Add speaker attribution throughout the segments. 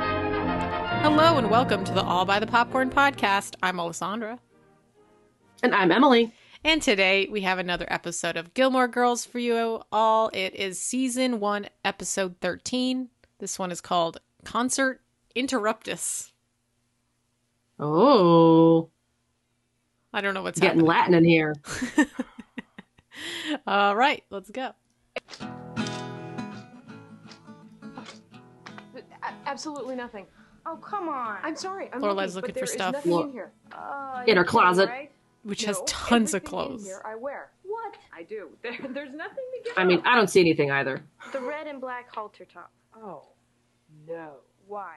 Speaker 1: Hello and welcome to the All by the Popcorn podcast. I'm Alessandra.
Speaker 2: And I'm Emily.
Speaker 1: And today we have another episode of Gilmore Girls for you all. It is season one, episode 13. This one is called Concert Interruptus.
Speaker 2: Oh,
Speaker 1: I don't know what's happening.
Speaker 2: getting Latin in here.
Speaker 1: All right, let's go.
Speaker 3: Absolutely nothing.
Speaker 4: Oh, come on.
Speaker 3: I'm sorry. I'm
Speaker 1: Lorelai's
Speaker 3: looking, but
Speaker 1: looking for
Speaker 3: there is
Speaker 1: stuff.
Speaker 3: nothing
Speaker 2: Look.
Speaker 3: in here.
Speaker 4: Uh,
Speaker 2: In her
Speaker 4: you're
Speaker 2: closet.
Speaker 4: right.
Speaker 1: Which
Speaker 3: No,
Speaker 1: has tons of
Speaker 3: everything in
Speaker 1: clothes.
Speaker 3: here I wear.
Speaker 4: What?
Speaker 3: I do. There, there's nothing to get.
Speaker 2: I mean, I don't see anything either.
Speaker 4: The red and black halter top.
Speaker 3: Oh no.
Speaker 4: Why?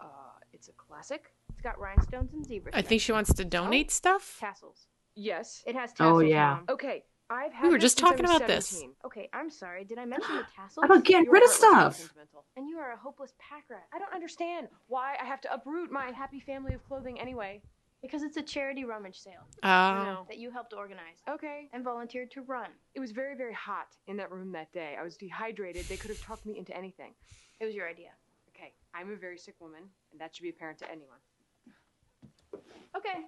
Speaker 3: Uh, it's a classic.
Speaker 4: It's got rhinestones and zebra.
Speaker 1: I think
Speaker 4: stripes.
Speaker 1: she wants to donate stuff.
Speaker 4: tassels.
Speaker 3: Yes.
Speaker 4: It has
Speaker 2: Oh,
Speaker 4: tassels.
Speaker 2: yeah.
Speaker 4: Mom.
Speaker 3: Okay. I've had.
Speaker 1: were
Speaker 3: this
Speaker 1: just
Speaker 3: since I
Speaker 1: talking
Speaker 3: was
Speaker 1: about this.
Speaker 3: 17.
Speaker 4: Okay, I'm sorry. Did I mention the tassels?
Speaker 2: How about getting
Speaker 3: Your
Speaker 2: rid of
Speaker 3: heart was
Speaker 2: stuff?
Speaker 3: sentimental.
Speaker 4: And you are a hopeless pack rat.
Speaker 3: I don't understand why I have to uproot my happy family of clothing anyway.
Speaker 4: Because it's a charity rummage sale
Speaker 3: I
Speaker 1: Oh,
Speaker 3: know.
Speaker 4: that you helped organize Oh,
Speaker 3: Okay.
Speaker 4: and volunteered to run.
Speaker 3: It was very, very hot in that room that day. I was dehydrated. They could have talked me into anything.
Speaker 4: It was your idea.
Speaker 3: Okay. I'm a very sick woman, and that should be apparent to anyone.
Speaker 4: Okay.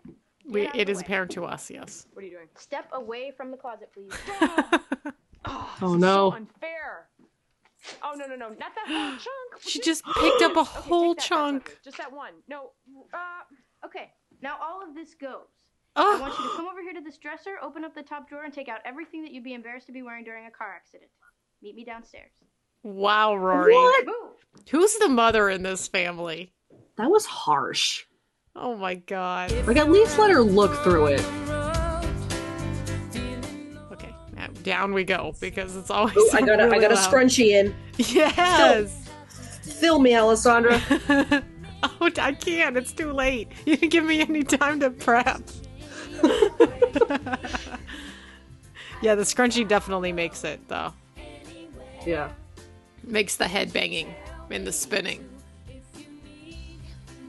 Speaker 1: we,
Speaker 4: out of
Speaker 1: it
Speaker 4: the
Speaker 1: is
Speaker 4: way.
Speaker 1: apparent to us, yes.
Speaker 3: What are you doing?
Speaker 4: Step away from the closet, please.
Speaker 3: Oh,
Speaker 2: Oh,
Speaker 3: this is
Speaker 2: no.
Speaker 3: so unfair. Oh no no no! Not that whole chunk.
Speaker 1: She just picked up a
Speaker 3: Okay, take
Speaker 1: whole
Speaker 3: that, that's
Speaker 1: chunk.
Speaker 3: ugly. Just that one. No. Uh,
Speaker 4: Okay. Now all of this goes. I
Speaker 1: Oh,
Speaker 4: want you to come over here to this dresser, open up the top drawer, and take out everything that you'd be embarrassed to be wearing during a car accident. Meet me downstairs.
Speaker 1: wow, Rory.
Speaker 4: Move!
Speaker 1: Who's the mother in this family?
Speaker 2: That was harsh.
Speaker 1: Oh my god.
Speaker 2: Like, at least let her look through it.
Speaker 1: Okay, now down we go because it's always.
Speaker 5: Ooh, I got a, I
Speaker 1: really
Speaker 5: got a
Speaker 1: loud.
Speaker 5: scrunchie in.
Speaker 1: Yes.
Speaker 5: Fill me, Alessandra.
Speaker 1: oh, I can't. It's too late. You didn't give me any time to prep. yeah, the scrunchie definitely makes it though.
Speaker 2: Yeah.
Speaker 1: Makes the head banging and the spinning.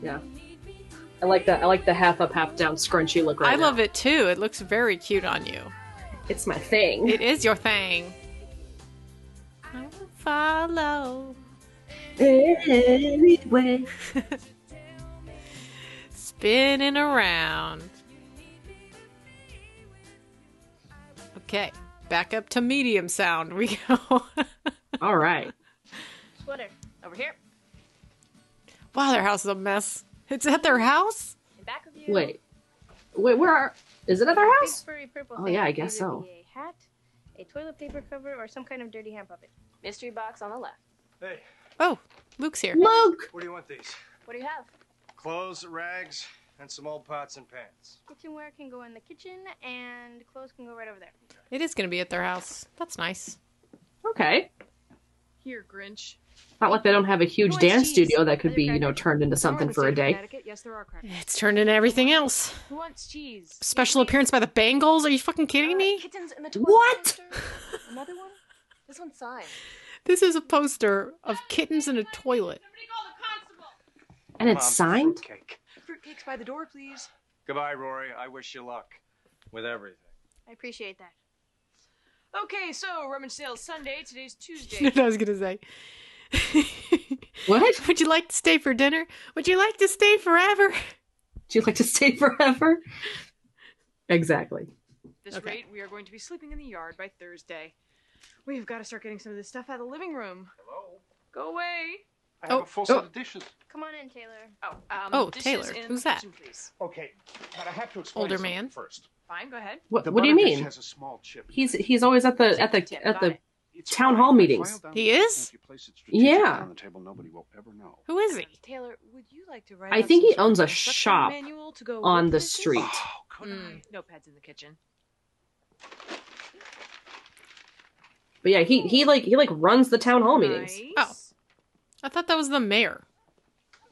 Speaker 2: Yeah. I like that. I like the half up, half down scrunchy look right
Speaker 1: I love it too. It looks very cute on you.
Speaker 5: It's my thing.
Speaker 1: It is your thing. I will follow.
Speaker 5: Anyway.
Speaker 1: spinning around. Okay, back up to medium sound we go.
Speaker 2: it. All right.
Speaker 4: Sweater. Over here.
Speaker 1: wow, their house is a mess. It's at their house?
Speaker 4: And back with you.
Speaker 2: Wait. Wait, where are. Is it at their
Speaker 4: Big
Speaker 2: house?
Speaker 4: furry purple
Speaker 2: Oh,
Speaker 4: thing
Speaker 2: yeah, I
Speaker 4: could
Speaker 2: guess
Speaker 4: either
Speaker 2: so.
Speaker 4: be A hat, a toilet paper cover, or some kind of dirty hand puppet. Mystery box on the left.
Speaker 6: Hey,
Speaker 1: Oh, Luke's here.
Speaker 2: Luke!
Speaker 6: where do you want these?
Speaker 4: What do you have?
Speaker 6: Clothes, rags, and some old pots and pans.
Speaker 4: Kitchenware can go in the kitchen, and clothes can go right over there.
Speaker 1: It is going to be at their house. That's nice.
Speaker 2: Okay.
Speaker 3: here, Grinch.
Speaker 2: Not like they don't have a huge
Speaker 4: Boys,
Speaker 2: dance
Speaker 4: jeez.
Speaker 2: studio that could
Speaker 4: Are
Speaker 2: be,
Speaker 4: there
Speaker 2: you know,
Speaker 4: crackers?
Speaker 2: turned into
Speaker 3: Somewhere in
Speaker 2: something
Speaker 3: the
Speaker 2: for
Speaker 3: state
Speaker 2: a
Speaker 3: of
Speaker 2: day.
Speaker 3: Connecticut, Yes, there are crackers.
Speaker 1: It's turned into everything else.
Speaker 3: Who wants cheese?
Speaker 1: Special appearance by the Bengals? Are you fucking kidding me?
Speaker 3: Uh, Kittens in the toilet.
Speaker 2: What?
Speaker 3: Another one? This one's signed.
Speaker 1: This is a poster of kittens in a toilet.
Speaker 2: And it's
Speaker 6: Mom,
Speaker 2: signed?
Speaker 6: Fruitcake.
Speaker 3: Fruitcakes by the door, please.
Speaker 6: Goodbye, Rory. I wish you luck with everything.
Speaker 4: I appreciate that.
Speaker 3: Okay, so rummage sale is Sunday. Today's Tuesday.
Speaker 1: You know what I was going to say.
Speaker 2: What?
Speaker 1: Would you like to stay for dinner? Would you like to stay forever?
Speaker 2: Do you like to stay forever? Exactly.
Speaker 3: this
Speaker 1: Okay.
Speaker 3: rate, we are going to be sleeping in the yard by Thursday. We've got to start getting some of this stuff out of the living room.
Speaker 6: Hello?
Speaker 3: Go away.
Speaker 6: I
Speaker 1: have
Speaker 6: have
Speaker 1: Oh. a
Speaker 6: a full
Speaker 2: set
Speaker 6: set
Speaker 2: Oh.
Speaker 6: of dishes.
Speaker 4: Come on in, Taylor.
Speaker 3: Oh, um,
Speaker 1: Oh,
Speaker 3: dishes
Speaker 1: Taylor,
Speaker 3: in
Speaker 1: who's
Speaker 3: the
Speaker 1: that?
Speaker 3: kitchen, please.
Speaker 6: Okay, but I have to explain
Speaker 1: Older
Speaker 6: something
Speaker 1: man.
Speaker 6: first.
Speaker 3: Fine, go ahead.
Speaker 2: What,
Speaker 6: The
Speaker 2: what do you
Speaker 6: butter dish
Speaker 2: mean?
Speaker 6: has a small chip.
Speaker 2: He's he's always at the at the
Speaker 3: Tip,
Speaker 2: at
Speaker 3: got
Speaker 2: the
Speaker 3: it.
Speaker 6: It's
Speaker 2: town
Speaker 6: fine.
Speaker 2: hall
Speaker 6: I
Speaker 2: meetings.
Speaker 6: filed down
Speaker 1: He
Speaker 6: the kitchen.
Speaker 1: is?
Speaker 6: If you place it strategically
Speaker 2: Yeah.
Speaker 6: on the table, nobody will ever know.
Speaker 1: Who is he?
Speaker 3: Taylor, would you like to write?
Speaker 2: I
Speaker 3: up
Speaker 2: think
Speaker 3: some
Speaker 2: he
Speaker 3: sort of
Speaker 2: owns a
Speaker 3: instruction
Speaker 2: shop
Speaker 3: manual to go
Speaker 2: on
Speaker 3: with
Speaker 2: the
Speaker 3: this?
Speaker 2: street.
Speaker 3: Mm.
Speaker 6: Oh, could I?
Speaker 3: Notepads in the kitchen.
Speaker 2: But yeah, he he like he like runs the town hall meetings.
Speaker 3: Nice.
Speaker 1: Oh. I thought that was the mayor.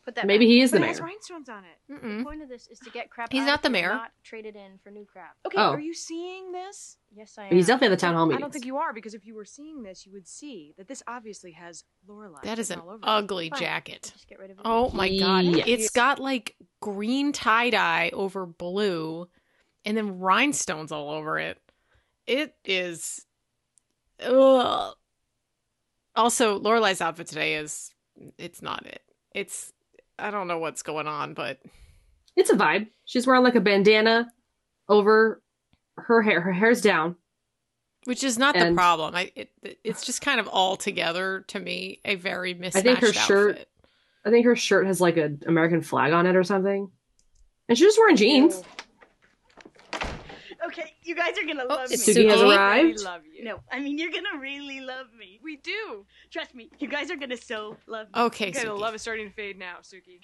Speaker 4: Put that
Speaker 2: Maybe he is
Speaker 3: But
Speaker 2: the
Speaker 3: it has
Speaker 2: mayor.
Speaker 3: rhinestones on it.
Speaker 4: The
Speaker 1: Mm-mm.
Speaker 4: point of this is to get crap.
Speaker 1: Hmm? He's
Speaker 4: out
Speaker 1: not
Speaker 4: if
Speaker 1: the
Speaker 4: you're
Speaker 1: mayor.
Speaker 4: Not traded in for new crap.
Speaker 3: Okay,
Speaker 2: Oh.
Speaker 3: are you seeing this?
Speaker 4: Yes, I am.
Speaker 2: He's definitely at the town hall
Speaker 3: I don't
Speaker 2: meetings.
Speaker 3: think you are because if you were seeing this, you would see that this obviously has Lorelai.
Speaker 1: That is an
Speaker 3: written all over it.
Speaker 1: ugly
Speaker 4: Fine.
Speaker 1: jacket.
Speaker 4: Just get rid of it.
Speaker 1: Oh my god.
Speaker 2: Yes.
Speaker 1: It's got like green tie dye over blue and then rhinestones all over it. It is ugh. Also, Lorelai's outfit today is it's not it. It's I don't know what's going on, but
Speaker 2: It's a vibe. She's wearing like a bandana over her hair. Her hair's down.
Speaker 1: which is not the
Speaker 2: And-
Speaker 1: problem. I it, it's just kind of all together to me a very mismatched
Speaker 2: think her shirt-
Speaker 1: outfit.
Speaker 2: I think her shirt has like an American flag on it or something. And she's just wearing jeans.
Speaker 7: Okay, you guys are gonna love
Speaker 1: Oh, it's
Speaker 7: me.
Speaker 2: Suki has
Speaker 1: Suki?
Speaker 2: arrived.
Speaker 3: We love you.
Speaker 7: No, I mean you're gonna really love me.
Speaker 3: We do.
Speaker 7: Trust me, you guys are gonna so love me.
Speaker 1: Okay,
Speaker 3: Okay, the
Speaker 1: Suki.
Speaker 3: love is starting to fade now, Suki.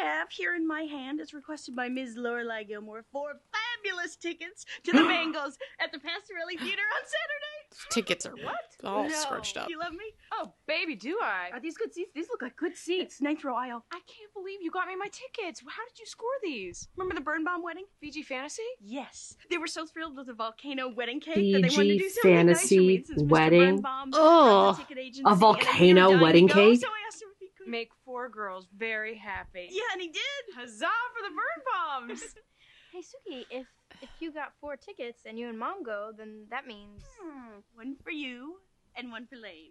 Speaker 7: I have here in my hand, as requested by Ms. Lorelai Gilmore, four fabulous tickets to the Bangles at the Pastorelli Theater on Saturday.
Speaker 1: tickets are all scrunched up.
Speaker 7: You love me?
Speaker 3: Oh, baby, do I?
Speaker 7: Are these good seats? These look like good seats. Ninth row aisle.
Speaker 3: I can't believe you got me my tickets. How did you score these?
Speaker 7: Remember the burn bomb wedding?
Speaker 3: Fiji Fantasy?
Speaker 7: Yes, they were so thrilled with the volcano wedding cake that they wanted to do
Speaker 2: Fiji
Speaker 7: something nice for me
Speaker 2: fantasy
Speaker 7: since Mr.
Speaker 2: wedding?
Speaker 7: Birnbaum runs
Speaker 1: Ugh.
Speaker 7: the ticket agency,
Speaker 2: A
Speaker 7: and I'm
Speaker 2: volcano
Speaker 7: dying to
Speaker 2: wedding
Speaker 7: go,
Speaker 2: cake?
Speaker 7: Oh, So I asked him if he could.
Speaker 3: Make four girls very happy.
Speaker 7: Yeah, and he did.
Speaker 3: Huzzah for the burn bombs!
Speaker 4: Hey Suki, if if you got four tickets and you and mom go, then that means
Speaker 7: Hmm, One for you and one for Lane.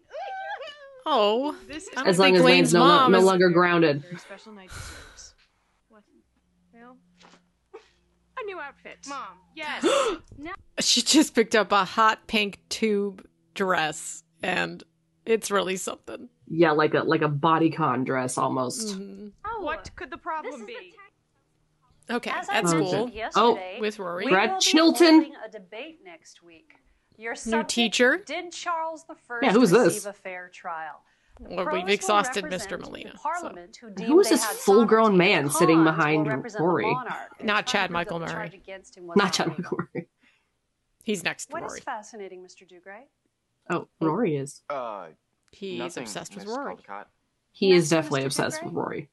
Speaker 1: Oh,
Speaker 3: this is
Speaker 1: I don't
Speaker 2: As long
Speaker 1: think
Speaker 2: as
Speaker 1: Lane's
Speaker 2: Lane's no, lo-
Speaker 1: mom
Speaker 2: no
Speaker 1: is-
Speaker 2: longer grounded.
Speaker 3: Very special night deserves.
Speaker 4: what?
Speaker 3: Well, a new outfit.
Speaker 4: Mom.
Speaker 3: Yes.
Speaker 1: she just picked up a hot pink tube dress, and it's really something.
Speaker 2: Yeah, like a like a bodycon dress almost.
Speaker 3: Mm.
Speaker 1: Mhm.
Speaker 4: Oh,
Speaker 3: what could the
Speaker 4: this
Speaker 3: problem
Speaker 4: is the
Speaker 3: be?
Speaker 4: time-
Speaker 1: Okay,
Speaker 8: As I
Speaker 1: at
Speaker 2: mentioned
Speaker 1: school
Speaker 8: yesterday,
Speaker 1: with Rory.
Speaker 8: we
Speaker 2: Brad
Speaker 8: will be
Speaker 2: Chilton.
Speaker 8: holding a debate next week. Your subject,
Speaker 1: teacher?
Speaker 8: Did Charles the First
Speaker 2: Yeah, who's
Speaker 8: receive
Speaker 2: this?
Speaker 8: a fair trial? The
Speaker 1: Well, we've
Speaker 8: pros will
Speaker 1: exhausted Mr.
Speaker 8: represent the
Speaker 1: Molina, so.
Speaker 8: Parliament, who deemed
Speaker 2: Who is
Speaker 8: they
Speaker 2: this
Speaker 8: had
Speaker 2: full-grown
Speaker 8: sovereignty,
Speaker 2: man
Speaker 8: and the
Speaker 2: sitting
Speaker 8: cons
Speaker 2: behind
Speaker 8: will represent the
Speaker 2: Rory?
Speaker 8: monarch, and
Speaker 1: Not Chad
Speaker 8: determine
Speaker 1: Michael
Speaker 8: that the
Speaker 1: Murray.
Speaker 8: charge against him was
Speaker 2: Not Chad
Speaker 8: illegal.
Speaker 2: McCrory.
Speaker 1: He's next to
Speaker 8: What is
Speaker 1: Rory.
Speaker 8: fascinating, Mr. Dugray?
Speaker 2: Oh, Rory is.
Speaker 9: Uh,
Speaker 1: He's
Speaker 9: nothing,
Speaker 1: obsessed with
Speaker 9: Miss
Speaker 1: Rory,
Speaker 9: Caldicott.
Speaker 2: He is
Speaker 8: Mr.
Speaker 2: definitely
Speaker 8: Mr.
Speaker 2: obsessed
Speaker 8: Dugray?
Speaker 2: with Rory.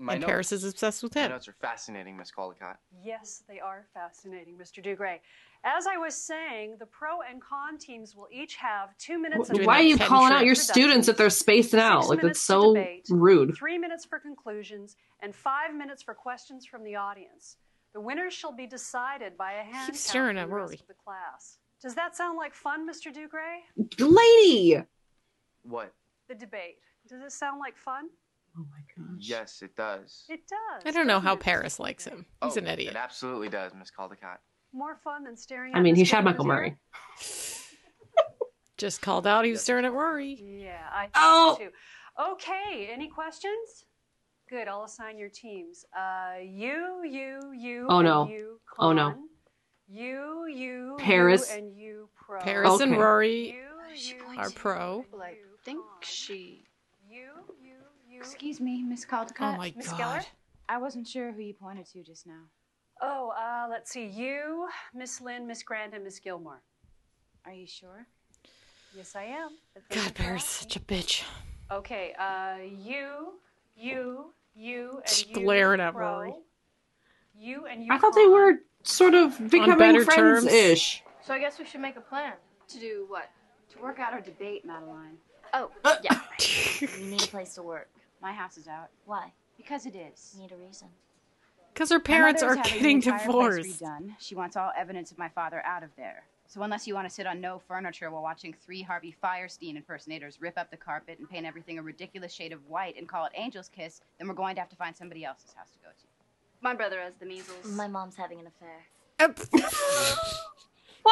Speaker 9: My
Speaker 1: and
Speaker 9: notes,
Speaker 1: Paris is obsessed with
Speaker 9: my
Speaker 1: him.
Speaker 9: notes are fascinating, Miss Caldicott.
Speaker 8: Yes, they are fascinating, Mr. Dugray. As I was saying, the pro and con teams will each have two minutes.
Speaker 2: Wh-
Speaker 8: of
Speaker 1: doing
Speaker 2: Why are
Speaker 1: that
Speaker 2: you
Speaker 1: pen
Speaker 2: calling out
Speaker 1: trick
Speaker 2: your
Speaker 8: introductions,
Speaker 2: students if they're spacing out?
Speaker 8: six
Speaker 2: Like that's
Speaker 8: minutes for
Speaker 2: so
Speaker 8: debate,
Speaker 2: rude.
Speaker 8: Three minutes for conclusions and five minutes for questions from the audience. The winners shall be decided by a hand
Speaker 1: Keep staring
Speaker 8: count
Speaker 1: at
Speaker 8: from the rest
Speaker 1: Rory.
Speaker 8: of the class. Does that sound like fun, Mr. Dugray?
Speaker 2: Lady.
Speaker 9: What?
Speaker 8: The debate. Does it sound like fun?
Speaker 2: Oh my gosh.
Speaker 9: Yes, it does.
Speaker 8: It does.
Speaker 1: I don't know
Speaker 8: doesn't
Speaker 1: how
Speaker 8: it, Mr.
Speaker 1: Paris likes
Speaker 8: Dugray?
Speaker 1: him. He's
Speaker 9: Oh,
Speaker 1: an idiot.
Speaker 9: It absolutely does, Miss Caldicott.
Speaker 8: More fun than staring.
Speaker 2: I
Speaker 8: at
Speaker 2: mean, he
Speaker 8: Miss
Speaker 2: shot Michael
Speaker 8: Cooper's
Speaker 2: Murray.
Speaker 8: ear?
Speaker 1: Just called out. He was staring at Rory.
Speaker 8: Yeah, I think
Speaker 2: Oh!
Speaker 8: so too. Okay, any questions? Good, I'll assign your teams. Uh, you, you, you.
Speaker 2: Oh,
Speaker 8: and
Speaker 2: no.
Speaker 8: You,
Speaker 2: Oh, no.
Speaker 8: Con. You, you,
Speaker 2: Paris.
Speaker 8: you, and you. Pro.
Speaker 1: Paris and
Speaker 2: Okay.
Speaker 8: You,
Speaker 1: Rory.
Speaker 8: you,
Speaker 1: are
Speaker 8: you,
Speaker 1: pro.
Speaker 8: and
Speaker 7: I
Speaker 8: you,
Speaker 7: think
Speaker 8: Con.
Speaker 7: she.
Speaker 8: You, you, you.
Speaker 7: Excuse me, Miss
Speaker 1: Oh
Speaker 7: Caldicott.
Speaker 1: my
Speaker 8: Miss
Speaker 1: god.
Speaker 8: Geller?
Speaker 7: I wasn't sure who you pointed to just now.
Speaker 8: Oh, uh, let's see. You, Miss Lynn, Miss Grant, and Miss Gilmore.
Speaker 7: Are you sure?
Speaker 8: Yes, I am. But thank you
Speaker 1: God,
Speaker 8: for
Speaker 1: Paris is
Speaker 8: asking.
Speaker 1: such a bitch.
Speaker 8: Okay, uh, you, you, you, and
Speaker 1: Just
Speaker 8: you.
Speaker 1: glaring at
Speaker 8: Pro.
Speaker 1: Rory.
Speaker 8: You and you.
Speaker 2: I thought they
Speaker 8: Con.
Speaker 2: were sort of becoming
Speaker 1: better
Speaker 2: friends ish.
Speaker 4: So I guess we should make a plan.
Speaker 7: To do what?
Speaker 8: To work out our debate, Madeline.
Speaker 7: Oh, yeah. we need a place to work.
Speaker 8: My house is out.
Speaker 7: Why?
Speaker 8: Because it is.
Speaker 7: Need a reason.
Speaker 1: Because her parents are
Speaker 8: mother's having the
Speaker 1: getting
Speaker 8: entire place
Speaker 1: divorced.
Speaker 8: redone. She wants all evidence of my father out of there. So unless you want to sit on no furniture while watching three Harvey Firestein impersonators rip up the carpet and paint everything a ridiculous shade of white and call it Angel's Kiss, then we're going to have to find somebody else's house to go to.
Speaker 7: My brother has the measles.
Speaker 4: My mom's having an affair.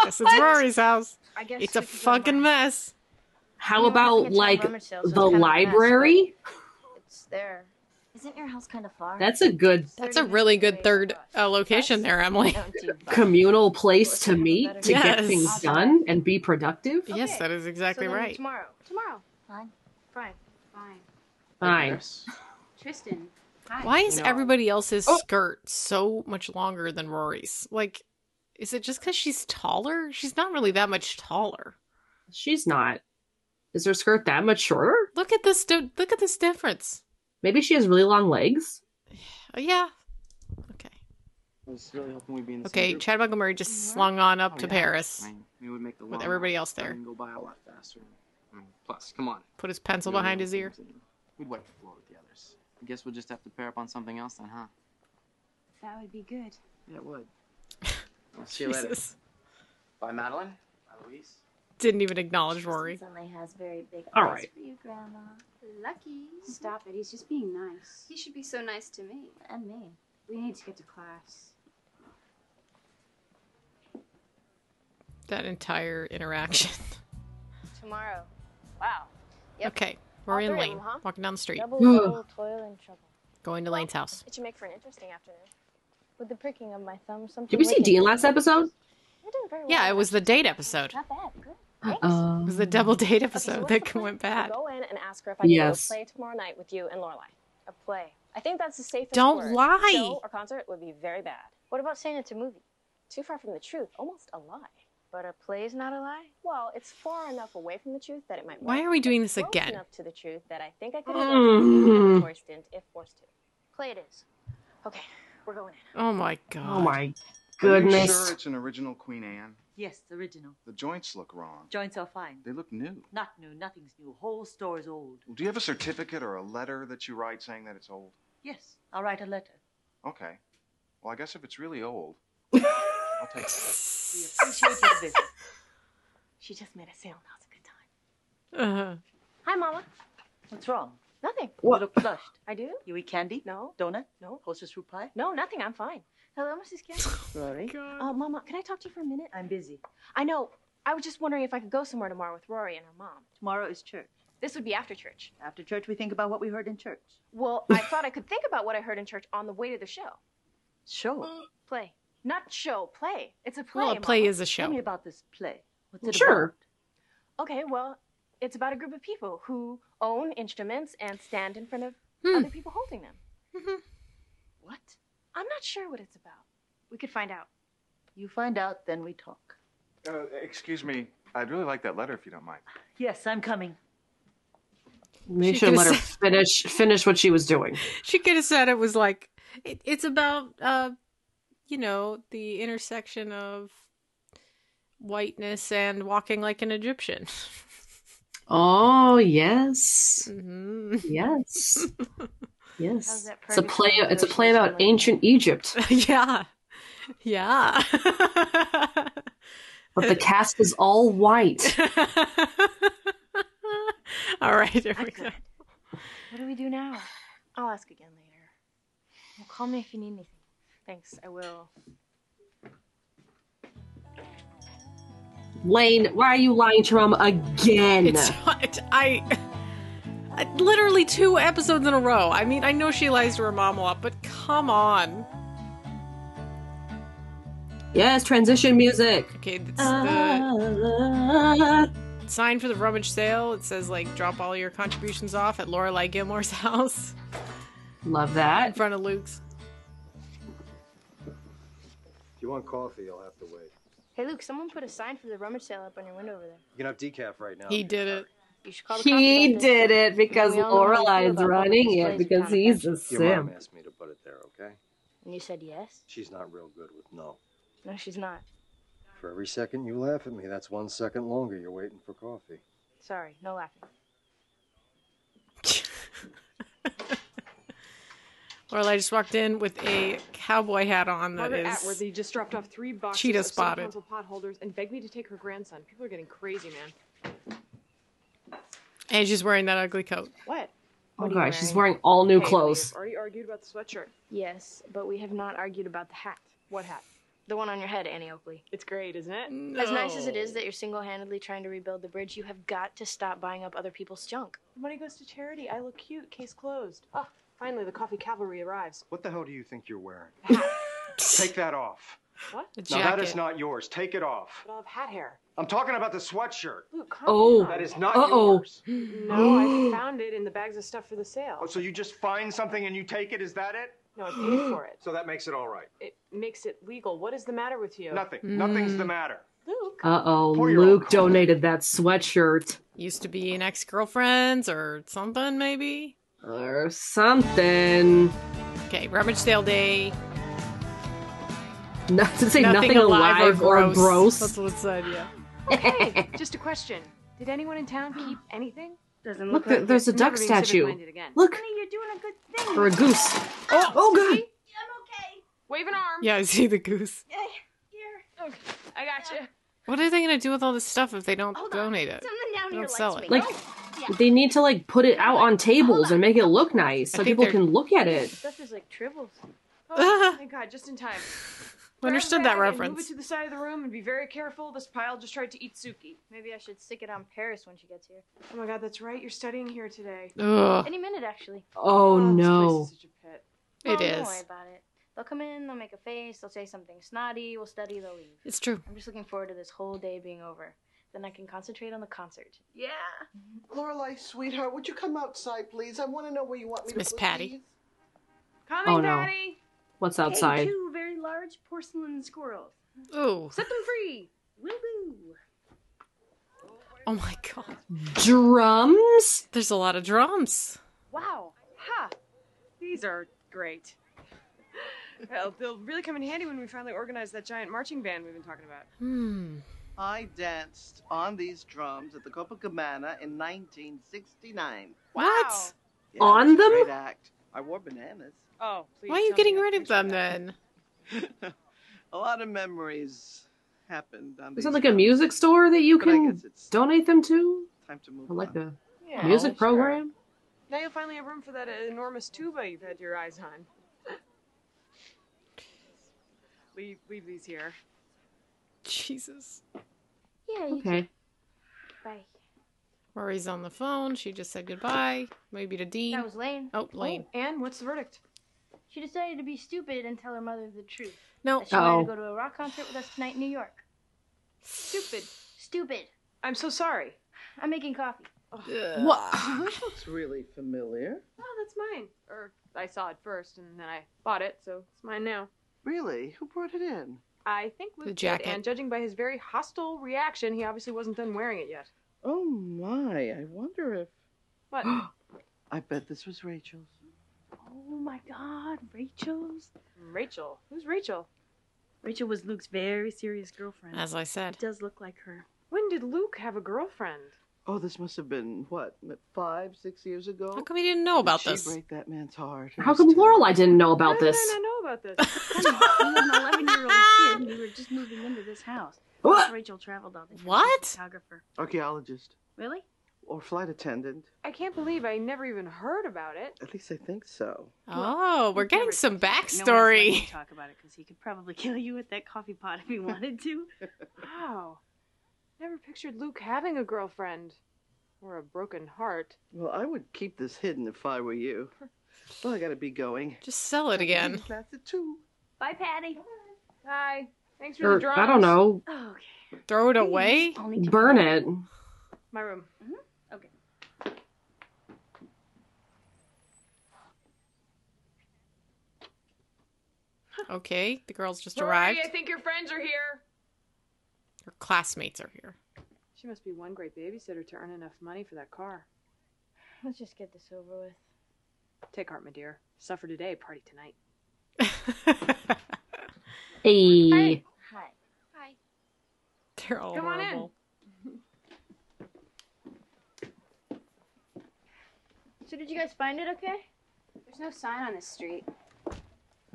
Speaker 1: This is Rory's house.
Speaker 4: I guess
Speaker 1: It's a fucking mess.
Speaker 4: You know, I
Speaker 2: How
Speaker 4: think
Speaker 2: about
Speaker 4: it's all
Speaker 2: like
Speaker 4: rummage sales, so it's
Speaker 2: the
Speaker 4: kind of a mess,
Speaker 2: library?
Speaker 4: It's there. Isn't your house kind of far?
Speaker 2: That's a good
Speaker 1: That's a really good third uh, location there, Emily.
Speaker 4: Don't do that.
Speaker 2: communal place to meet to get
Speaker 1: Yes.
Speaker 2: things done and be productive.
Speaker 1: Yes, that is exactly right.
Speaker 7: Tomorrow. Tomorrow.
Speaker 4: Fine.
Speaker 7: Fine.
Speaker 8: Fine.
Speaker 2: Fine.
Speaker 9: Yes.
Speaker 8: Tristan. Hi.
Speaker 1: Why is
Speaker 9: No.
Speaker 1: everybody else's
Speaker 2: Oh.
Speaker 1: skirt so much longer than Rory's? Like, is it just because she's taller? She's not really that much taller.
Speaker 2: She's not. Is her skirt that much shorter?
Speaker 1: Look at this. di- Look at this difference.
Speaker 2: Maybe she has really long legs.
Speaker 1: Oh, yeah.
Speaker 9: I was really hoping we'd be in the same
Speaker 1: Okay.
Speaker 9: group.
Speaker 1: Chad Montgomery just slung on up
Speaker 9: Oh,
Speaker 1: to
Speaker 9: yeah.
Speaker 1: Paris.
Speaker 9: I mean, we would make the
Speaker 1: with
Speaker 9: long
Speaker 1: everybody
Speaker 9: run.
Speaker 1: else there.
Speaker 9: Time would Go by a lot faster. I mean, plus, come on.
Speaker 1: Put his pencil
Speaker 9: We already
Speaker 1: behind
Speaker 9: know
Speaker 1: his
Speaker 9: what
Speaker 1: ear.
Speaker 9: team's in. We'd wipe the floor with the others. I guess we'll just have to pair up on something else then, huh?
Speaker 10: That would be good.
Speaker 9: Yeah, it would. I'll see you later.
Speaker 1: Jesus.
Speaker 9: Bye, Madeline. Bye, Louise.
Speaker 1: Didn't even acknowledge Rory.
Speaker 10: Suddenly has very big
Speaker 1: All eyes right.
Speaker 10: for you, Grandma. Lucky. Stop it. He's just being nice. He should be so nice to me and me. We need to get to class.
Speaker 1: That entire interaction.
Speaker 11: Tomorrow. Wow.
Speaker 1: Okay. We're in
Speaker 11: three of
Speaker 1: Lane,
Speaker 11: them, huh?
Speaker 1: walking down the street,
Speaker 11: Double, double toil and trouble.
Speaker 1: going to Lane's house.
Speaker 11: It should make for an interesting afternoon. With the pricking of my thumb, something.
Speaker 1: Did we see
Speaker 11: wicked-
Speaker 1: Dean last episode?
Speaker 11: We're doing very well.
Speaker 1: Yeah, it was the date episode.
Speaker 11: Not bad. Good.
Speaker 1: It was the double date episode
Speaker 11: what's
Speaker 1: that went
Speaker 11: I'll
Speaker 1: bad.
Speaker 11: Go in and ask her if I can
Speaker 1: Yes.
Speaker 11: go play tomorrow night with you and Lorelai. A play. I think that's the safest.
Speaker 1: Don't
Speaker 11: word.
Speaker 1: lie.
Speaker 11: Show or concert would be very bad. What about saying it's a movie? Too far from the truth. Almost a lie. But a play's not a lie. Well, it's far enough away from the truth that it might.
Speaker 1: Why
Speaker 11: work,
Speaker 1: are we
Speaker 11: but
Speaker 1: doing this
Speaker 11: close
Speaker 1: again?
Speaker 11: Enough to the truth that I think I could.
Speaker 1: Mm.
Speaker 11: Mm. If forced to. Play it is. Okay, we're going in.
Speaker 1: Oh my god.
Speaker 2: Oh my
Speaker 12: Are you
Speaker 2: goodness.
Speaker 12: sure it's an original Queen Anne?
Speaker 13: Yes, original.
Speaker 12: The joints look wrong.
Speaker 13: Joints are fine.
Speaker 12: They look new.
Speaker 13: Not new. Nothing's new. Whole store's old.
Speaker 12: Do you have a certificate or a letter that you write saying that it's old?
Speaker 13: Yes, I'll write a letter.
Speaker 12: Okay. Well, I guess if it's really old, I'll take it.
Speaker 13: We appreciate your visit.
Speaker 11: She just made a sale. Now's a good time.
Speaker 1: Uh-huh.
Speaker 11: Hi, Mama.
Speaker 13: What's wrong?
Speaker 11: Nothing.
Speaker 13: What? You look flushed.
Speaker 11: I do?
Speaker 13: You eat candy?
Speaker 11: No.
Speaker 13: Donut? No. Hostess fruit pie?
Speaker 11: No, nothing. I'm fine. Hello, Mrs. Kim.
Speaker 13: Rory?
Speaker 11: Uh, Mama, can I talk to you for a minute?
Speaker 13: I'm busy.
Speaker 11: I know. I was just wondering if I could go somewhere tomorrow with Rory and her mom.
Speaker 13: Tomorrow is church.
Speaker 11: This would be after church.
Speaker 13: After church, we think about what we heard in church.
Speaker 11: Well, I thought I could think about what I heard in church on the way to the show.
Speaker 13: Show.
Speaker 11: Play. Not show, play. It's a play.
Speaker 1: Well, a play
Speaker 11: Mama.
Speaker 1: is a show.
Speaker 13: Tell me about this play. What's it
Speaker 1: Sure.
Speaker 11: Okay, well, it's about a group of people who own instruments and stand in front of
Speaker 1: Hmm.
Speaker 11: other people holding them.
Speaker 1: Mm-hmm.
Speaker 11: What? I'm not sure what it's about. We could find out.
Speaker 13: about? You find out, then we talk.
Speaker 12: Uh, excuse me. I'd really like that letter if you don't mind.
Speaker 13: Yes, I'm coming.
Speaker 2: Maybe
Speaker 1: She
Speaker 2: should
Speaker 1: could've
Speaker 2: let her finish finish what she was doing.
Speaker 1: She could have said it was like it, it's about uh you know, the intersection of whiteness and walking like an Egyptian.
Speaker 2: Oh yes,
Speaker 1: Mhm.
Speaker 2: yes,
Speaker 1: How's
Speaker 2: yes.
Speaker 1: that
Speaker 2: It's a play.
Speaker 1: purgatory
Speaker 2: It's a play about ancient Egypt,
Speaker 1: yeah. Yeah.
Speaker 2: but the cast is all white.
Speaker 1: All right, here we go.
Speaker 11: What do we do now? I'll ask again later. Well, call me if you need anything. Thanks, I will.
Speaker 2: Lane, why are you lying to Rama again?
Speaker 1: It's I, I literally two episodes in a row. I mean, I know she lies to her mom a lot, but come on.
Speaker 2: yes, transition music. Ah.
Speaker 1: Okay, it's
Speaker 2: Uh-huh. the
Speaker 1: sign for the rummage sale. It says like drop all your contributions off at Lorelai Gilmore's house
Speaker 2: Love
Speaker 1: in
Speaker 2: that.
Speaker 1: front of Luke's.
Speaker 12: If you want coffee, you'll have to wait.
Speaker 11: Hey, Luke, someone put a sign for the rummage sale up on your window over there.
Speaker 12: You can have decaf right now.
Speaker 1: He did it.
Speaker 11: You should call the cops
Speaker 2: He
Speaker 11: about this.
Speaker 2: did it because
Speaker 11: We all know how you feel
Speaker 2: Lorelai is
Speaker 11: about public
Speaker 2: running
Speaker 11: displays of
Speaker 2: it because he's a
Speaker 11: affection.
Speaker 12: Your mom
Speaker 2: sim.
Speaker 12: asked me to put it there, okay?
Speaker 11: And you said yes?
Speaker 12: She's not real good with no.
Speaker 11: No, she's not.
Speaker 12: For every second you laugh at me, that's one second longer you're waiting for coffee.
Speaker 11: Sorry, no laughing.
Speaker 1: Lorelai just walked in with a cowboy hat on that
Speaker 3: Margaret
Speaker 1: is.
Speaker 3: Atworthy just dropped off three boxes
Speaker 1: Cheetah
Speaker 3: of
Speaker 1: spotted.
Speaker 3: city council pot holders and begged me to take her grandson. People are getting crazy, man.
Speaker 1: And she's wearing that ugly coat.
Speaker 3: What?
Speaker 2: Oh god, she's wearing all new clothes.
Speaker 3: We've already argued about the sweatshirt.
Speaker 11: Yes, but we have not argued about the hat.
Speaker 3: What hat?
Speaker 11: The one on your head, Annie Oakley.
Speaker 3: It's great, isn't
Speaker 1: Mm.
Speaker 3: it?
Speaker 11: As nice as it is that you're single handedly trying to rebuild the bridge, you have got to stop buying up other people's junk.
Speaker 3: The money goes to charity. I look cute. Case closed. Oh, finally, the coffee cavalry arrives.
Speaker 12: What the hell do you think you're wearing? Take that off.
Speaker 3: What?
Speaker 12: No, that is not yours. Take it off.
Speaker 3: But I'll have hat hair.
Speaker 12: I'm talking about the sweatshirt.
Speaker 3: Luke, calm
Speaker 2: Oh,
Speaker 3: down.
Speaker 12: That is not
Speaker 2: Uh-oh.
Speaker 12: yours.
Speaker 3: No, I found it in the bags of stuff for the sale.
Speaker 12: Oh, so you just find something and you take it? Is that it?
Speaker 3: No, I paid for it.
Speaker 12: So that makes it all right.
Speaker 3: It makes it legal. What is the matter with you?
Speaker 1: Mm.
Speaker 12: Nothing. Nothing's the matter.
Speaker 1: Luke.
Speaker 2: Uh oh, Luke donated that sweatshirt
Speaker 1: Used to be an ex girlfriend's or something, maybe?
Speaker 2: or something.
Speaker 1: Okay, Rummage Sale Day.
Speaker 2: Not to say nothing, alive, or gross.
Speaker 1: That's what it said, yeah.
Speaker 3: Okay, just a question. Did anyone in town keep anything? Doesn't
Speaker 2: Look, there- there's a
Speaker 3: Never
Speaker 2: duck
Speaker 3: being civic
Speaker 2: statue.
Speaker 3: minded again.
Speaker 2: Look.
Speaker 3: you're doing a good thing.
Speaker 2: Or a goose.
Speaker 3: Oh,
Speaker 2: Oh, God.
Speaker 3: Susie? I'm okay. Wave an arm.
Speaker 1: Yeah, I see the goose.
Speaker 3: Eh, Here. Okay, I got you.
Speaker 1: What are they going to do with all this stuff if they don't donate it?
Speaker 3: Something
Speaker 1: They
Speaker 3: down
Speaker 1: don't sell it.
Speaker 2: Like, they need to like put it out on tables and make it look nice
Speaker 1: I
Speaker 2: so
Speaker 1: think
Speaker 2: people
Speaker 1: they're-
Speaker 2: can look at it.
Speaker 3: Stuff is like tribbles. Oh, thank God, just in time.
Speaker 1: I understood
Speaker 3: Grab
Speaker 1: that
Speaker 3: a bag and Move it
Speaker 1: reference.
Speaker 3: to the side of the room and be very careful. This pile just tried to eat Suki.
Speaker 4: Maybe I should stick it on Paris when she gets here.
Speaker 3: Oh my God, that's right. You're studying here today.
Speaker 2: Ugh.
Speaker 4: Any minute, actually.
Speaker 2: Oh, no.
Speaker 4: It
Speaker 2: It
Speaker 4: is.
Speaker 2: is.
Speaker 4: Don't worry about it. They'll come in, they'll make a face, they'll say something snotty, we'll study, they'll leave.
Speaker 1: It's true.
Speaker 4: I'm just looking forward to this whole day being over. Then I can concentrate on the concert.
Speaker 14: Yeah. Lorelai, sweetheart, would you come outside, please? I want to know where you want me to
Speaker 1: Miss
Speaker 14: put
Speaker 1: Patty.
Speaker 14: these.
Speaker 3: Coming,
Speaker 2: Oh, no.
Speaker 3: Daddy.
Speaker 2: What's outside?
Speaker 7: two very large porcelain squirrels.
Speaker 1: Ooh.
Speaker 7: Set them free. Woo woo.
Speaker 1: Oh my god.
Speaker 2: Drums?
Speaker 1: There's a lot of drums.
Speaker 3: Wow. Ha. These are great. Well, they'll really come in handy when we finally organize that giant marching band we've been talking about.
Speaker 1: Hmm.
Speaker 14: I danced on these drums at the Copacabana in 1969.
Speaker 1: What?
Speaker 14: Yeah, it was
Speaker 1: On
Speaker 14: a
Speaker 1: them?
Speaker 14: Great act. I wore bananas.
Speaker 3: Oh, please.
Speaker 1: Why are you getting rid of them then?
Speaker 14: A lot of memories happened on
Speaker 2: Is
Speaker 14: these
Speaker 2: it like a music store that you
Speaker 14: But I
Speaker 2: can
Speaker 14: guess it's-
Speaker 2: donate them to?
Speaker 14: Time to move
Speaker 2: Or like a
Speaker 3: Yeah,
Speaker 2: music
Speaker 3: sure.
Speaker 2: program?
Speaker 3: Now you'll finally have room for that enormous tuba you've had your eyes on. leave, leave these here.
Speaker 1: Jesus.
Speaker 4: Yeah, you
Speaker 2: Okay.
Speaker 4: Bye.
Speaker 1: Rory's on the phone. She just said goodbye. Maybe to Dean.
Speaker 4: That was Lane.
Speaker 1: Oh, Lane.
Speaker 3: and what's the verdict?
Speaker 4: She decided to be stupid and tell her mother the truth.
Speaker 1: No.
Speaker 4: That she wanted
Speaker 1: Oh.
Speaker 4: to go to a rock concert with us tonight in New York.
Speaker 3: Stupid.
Speaker 4: Stupid.
Speaker 3: I'm so sorry.
Speaker 4: I'm making coffee.
Speaker 14: Wow. This looks really familiar.
Speaker 3: Oh, that's mine. Or I saw it first and then I bought it, so it's mine now.
Speaker 14: Really? Who brought it in?
Speaker 3: I think Luke
Speaker 14: The
Speaker 3: did,
Speaker 14: jacket.
Speaker 3: and judging by his very hostile reaction, he obviously wasn't done wearing it yet.
Speaker 14: Oh my, I wonder if.
Speaker 3: What?
Speaker 14: I bet this was Rachel's.
Speaker 7: Oh my God, Rachel's.
Speaker 3: Rachel. Who's Rachel?
Speaker 7: Rachel was Luke's very serious girlfriend.
Speaker 1: Uh.
Speaker 14: As I said.
Speaker 7: It does look like her.
Speaker 3: When did Luke have a girlfriend?
Speaker 14: Oh, this must have been, what, five, six years ago? How
Speaker 1: come he didn't know about
Speaker 14: she
Speaker 1: this?
Speaker 14: break that man's heart?
Speaker 2: How come Lorelai didn't know about this?
Speaker 3: I know about this.
Speaker 7: you had an 11 year old kid and you were just moving into this house.
Speaker 14: What?
Speaker 7: Rachel traveled all the time.
Speaker 14: What?
Speaker 7: She's a Photographer.
Speaker 14: Archaeologist
Speaker 7: Really?
Speaker 14: or flight attendant.
Speaker 3: I can't believe I never even heard about it.
Speaker 14: At least I think so.
Speaker 1: Oh, we're getting some
Speaker 7: No one else
Speaker 1: backstory.
Speaker 7: likes to talk about it because he could probably kill you with that coffee pot if he wanted to.
Speaker 3: Wow. Never pictured Luke having a girlfriend. Or a broken heart.
Speaker 14: Well, I would keep this hidden if I were you. Well, I gotta be going.
Speaker 1: Just sell it again.
Speaker 14: Class at two.
Speaker 3: Bye, Patty. Hi. Thanks for
Speaker 2: Or,
Speaker 3: the drums.
Speaker 2: I don't know.
Speaker 1: Throw it away?
Speaker 10: Oh
Speaker 2: Burn it.
Speaker 3: My room.
Speaker 7: Okay.
Speaker 1: Okay, the girls just
Speaker 3: Rory,
Speaker 1: arrived.
Speaker 3: I think your friends are here.
Speaker 1: Her classmates are here.
Speaker 3: She must be one great babysitter to earn enough money for that car.
Speaker 4: Let's just get this over with.
Speaker 3: Take heart, my dear. Suffer today, party tonight.
Speaker 2: Hey.
Speaker 4: Hi. Hi.
Speaker 1: They're all
Speaker 3: Come on in.
Speaker 1: horrible.
Speaker 4: So did you guys find it okay?
Speaker 10: There's no sign on this street.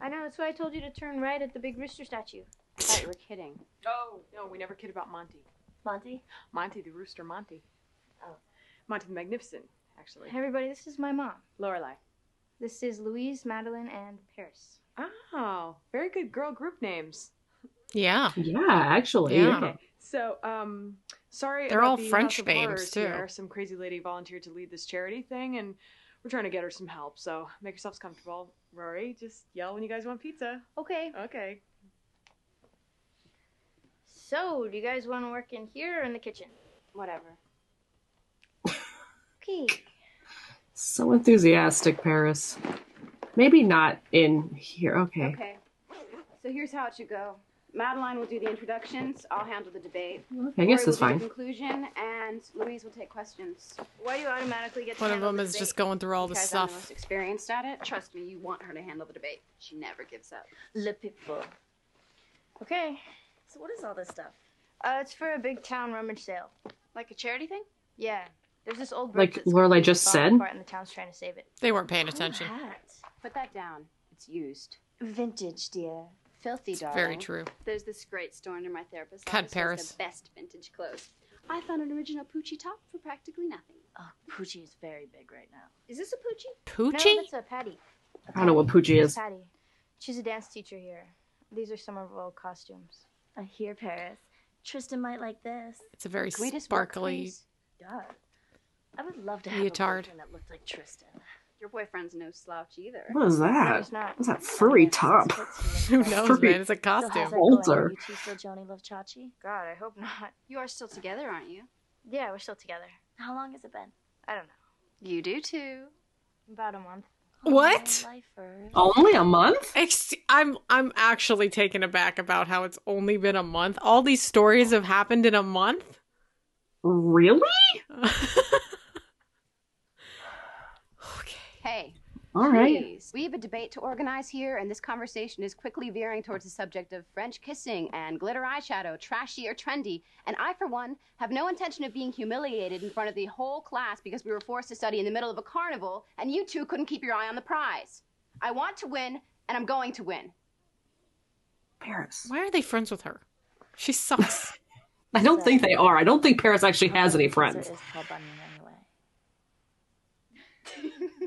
Speaker 4: I know, that's why I told you to turn right at the big rooster statue.
Speaker 10: I thought you were kidding.
Speaker 3: Oh, no, we never kid about Monty.
Speaker 4: Monty?
Speaker 3: Monty, the rooster Monty. Oh. Monty the Magnificent, actually.
Speaker 4: Everybody, this is my mom.
Speaker 3: Lorelai.
Speaker 4: This is Louise, Madeline, and Paris.
Speaker 3: Oh, very good girl group names.
Speaker 1: Yeah.
Speaker 2: Yeah, actually.
Speaker 1: Yeah.
Speaker 2: yeah.
Speaker 3: So, um, sorry.
Speaker 1: They're
Speaker 3: about
Speaker 1: all
Speaker 3: the
Speaker 1: French
Speaker 3: House of
Speaker 1: names,
Speaker 3: Horrors
Speaker 1: too.
Speaker 3: Here. Some crazy lady volunteered to lead this charity thing, and we're trying to get her some help. So make yourselves comfortable. Rory, just yell when you guys want pizza.
Speaker 4: Okay.
Speaker 3: Okay.
Speaker 4: So, do you guys want to work in here or in the kitchen? Whatever. okay.
Speaker 2: So enthusiastic, Paris. Maybe not in here. Okay.
Speaker 10: Okay. So here's how it should go. Madeline will do the introductions. I'll handle the debate.
Speaker 2: I guess
Speaker 10: Corey
Speaker 2: that's
Speaker 10: will do
Speaker 2: fine.
Speaker 10: The conclusion, and Louise will take questions.
Speaker 4: Why do you automatically get?
Speaker 10: to
Speaker 1: One of
Speaker 10: handle
Speaker 1: them
Speaker 10: the
Speaker 1: is just
Speaker 10: debate?
Speaker 1: going through all the
Speaker 10: Because I'm the most
Speaker 1: stuff.
Speaker 10: experienced at it. Trust me, you want her to handle the debate. She never gives up.
Speaker 13: Le people.
Speaker 4: Okay.
Speaker 10: So what is all this stuff?
Speaker 4: Uh, it's for a big town rummage sale. Like a charity thing? Yeah. There's this old
Speaker 2: Like
Speaker 4: brick that's
Speaker 2: Lorelai
Speaker 4: completely
Speaker 2: just
Speaker 4: falling
Speaker 2: said?
Speaker 4: apart and the town's trying to save it.
Speaker 1: They weren't paying attention.
Speaker 10: Put that down. It's used.
Speaker 13: Vintage, dear.
Speaker 10: Filthy, darling.
Speaker 1: very true.
Speaker 10: There's this great store under my therapist's
Speaker 1: God,
Speaker 10: office that has
Speaker 1: Paris.
Speaker 10: the best vintage clothes. I found an original Poochie top for practically nothing.
Speaker 13: Oh, Poochie is very big right now.
Speaker 10: Is this a Poochie?
Speaker 1: Poochie?
Speaker 4: No, that's a Patty.
Speaker 2: I don't know what Poochie is.
Speaker 4: Patty. She's a dance teacher here. These are some of our old costumes.
Speaker 13: I hear Paris. Tristan might like this.
Speaker 1: It's a very Can we just walk, sparkly- please?
Speaker 13: God. I would love to have
Speaker 1: Leotard.
Speaker 13: a boyfriend that looked like Tristan.
Speaker 10: Your boyfriend's no slouch either.
Speaker 2: What is that? What's that furry top?
Speaker 1: Who knows,
Speaker 2: Furry.
Speaker 1: man? It's a
Speaker 13: So how's
Speaker 1: costume.
Speaker 13: that going?
Speaker 2: Older.
Speaker 13: You two still Joni love Chachi?
Speaker 4: God, I hope not.
Speaker 10: You are still together, aren't you?
Speaker 4: Yeah, we're still together.
Speaker 13: How long has it been?
Speaker 4: I don't know.
Speaker 10: You do too.
Speaker 4: About a month.
Speaker 1: What?
Speaker 2: Only a month?
Speaker 1: Ex- I'm I'm actually taken aback about how it's only been a month. All these stories have happened in a month.
Speaker 2: Really?
Speaker 10: Hey.
Speaker 2: All right.
Speaker 10: please. We have a debate to organize here, and this conversation is quickly veering towards the subject of French kissing and glitter eyeshadow, trashy or trendy. And I, for one, have no intention of being humiliated in front of the whole class because we were forced to study in the middle of a carnival, and you two couldn't keep your eye on the prize. I want to win, and I'm going to win.
Speaker 2: Paris.
Speaker 1: Why are they friends with her? She sucks.
Speaker 2: I don't think they are. I don't think Paris actually has any friends.
Speaker 13: Is Paul Bunyan anyway?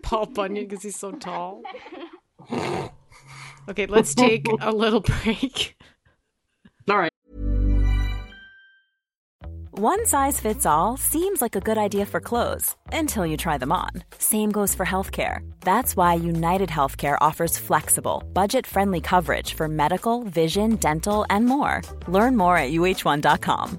Speaker 1: Paul Bunyan because he's so tall. Okay, let's take a little break.
Speaker 2: All right.
Speaker 15: One size fits all seems like a good idea for clothes until you try them on. Same goes for healthcare. That's why United Healthcare offers flexible, budget friendly coverage for medical, vision, dental, and more. Learn more at uh1.com.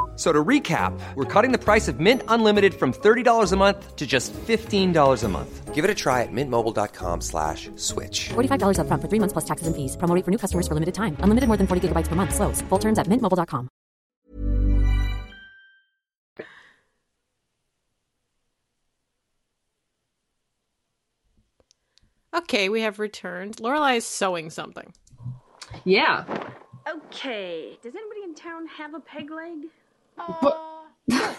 Speaker 16: So to recap, we're cutting the price of Mint Unlimited from $30 a month to just $15 a month. Give it a try at mintmobile.com slash switch.
Speaker 17: $45 up front for three months plus taxes and fees. Promo rate for new customers for limited time. Unlimited more than 40 gigabytes per month. Slows. Full terms at mintmobile.com.
Speaker 1: Okay, we have returned. Lorelai is sewing something.
Speaker 2: Yeah.
Speaker 7: Okay. Does anybody in town have a peg leg?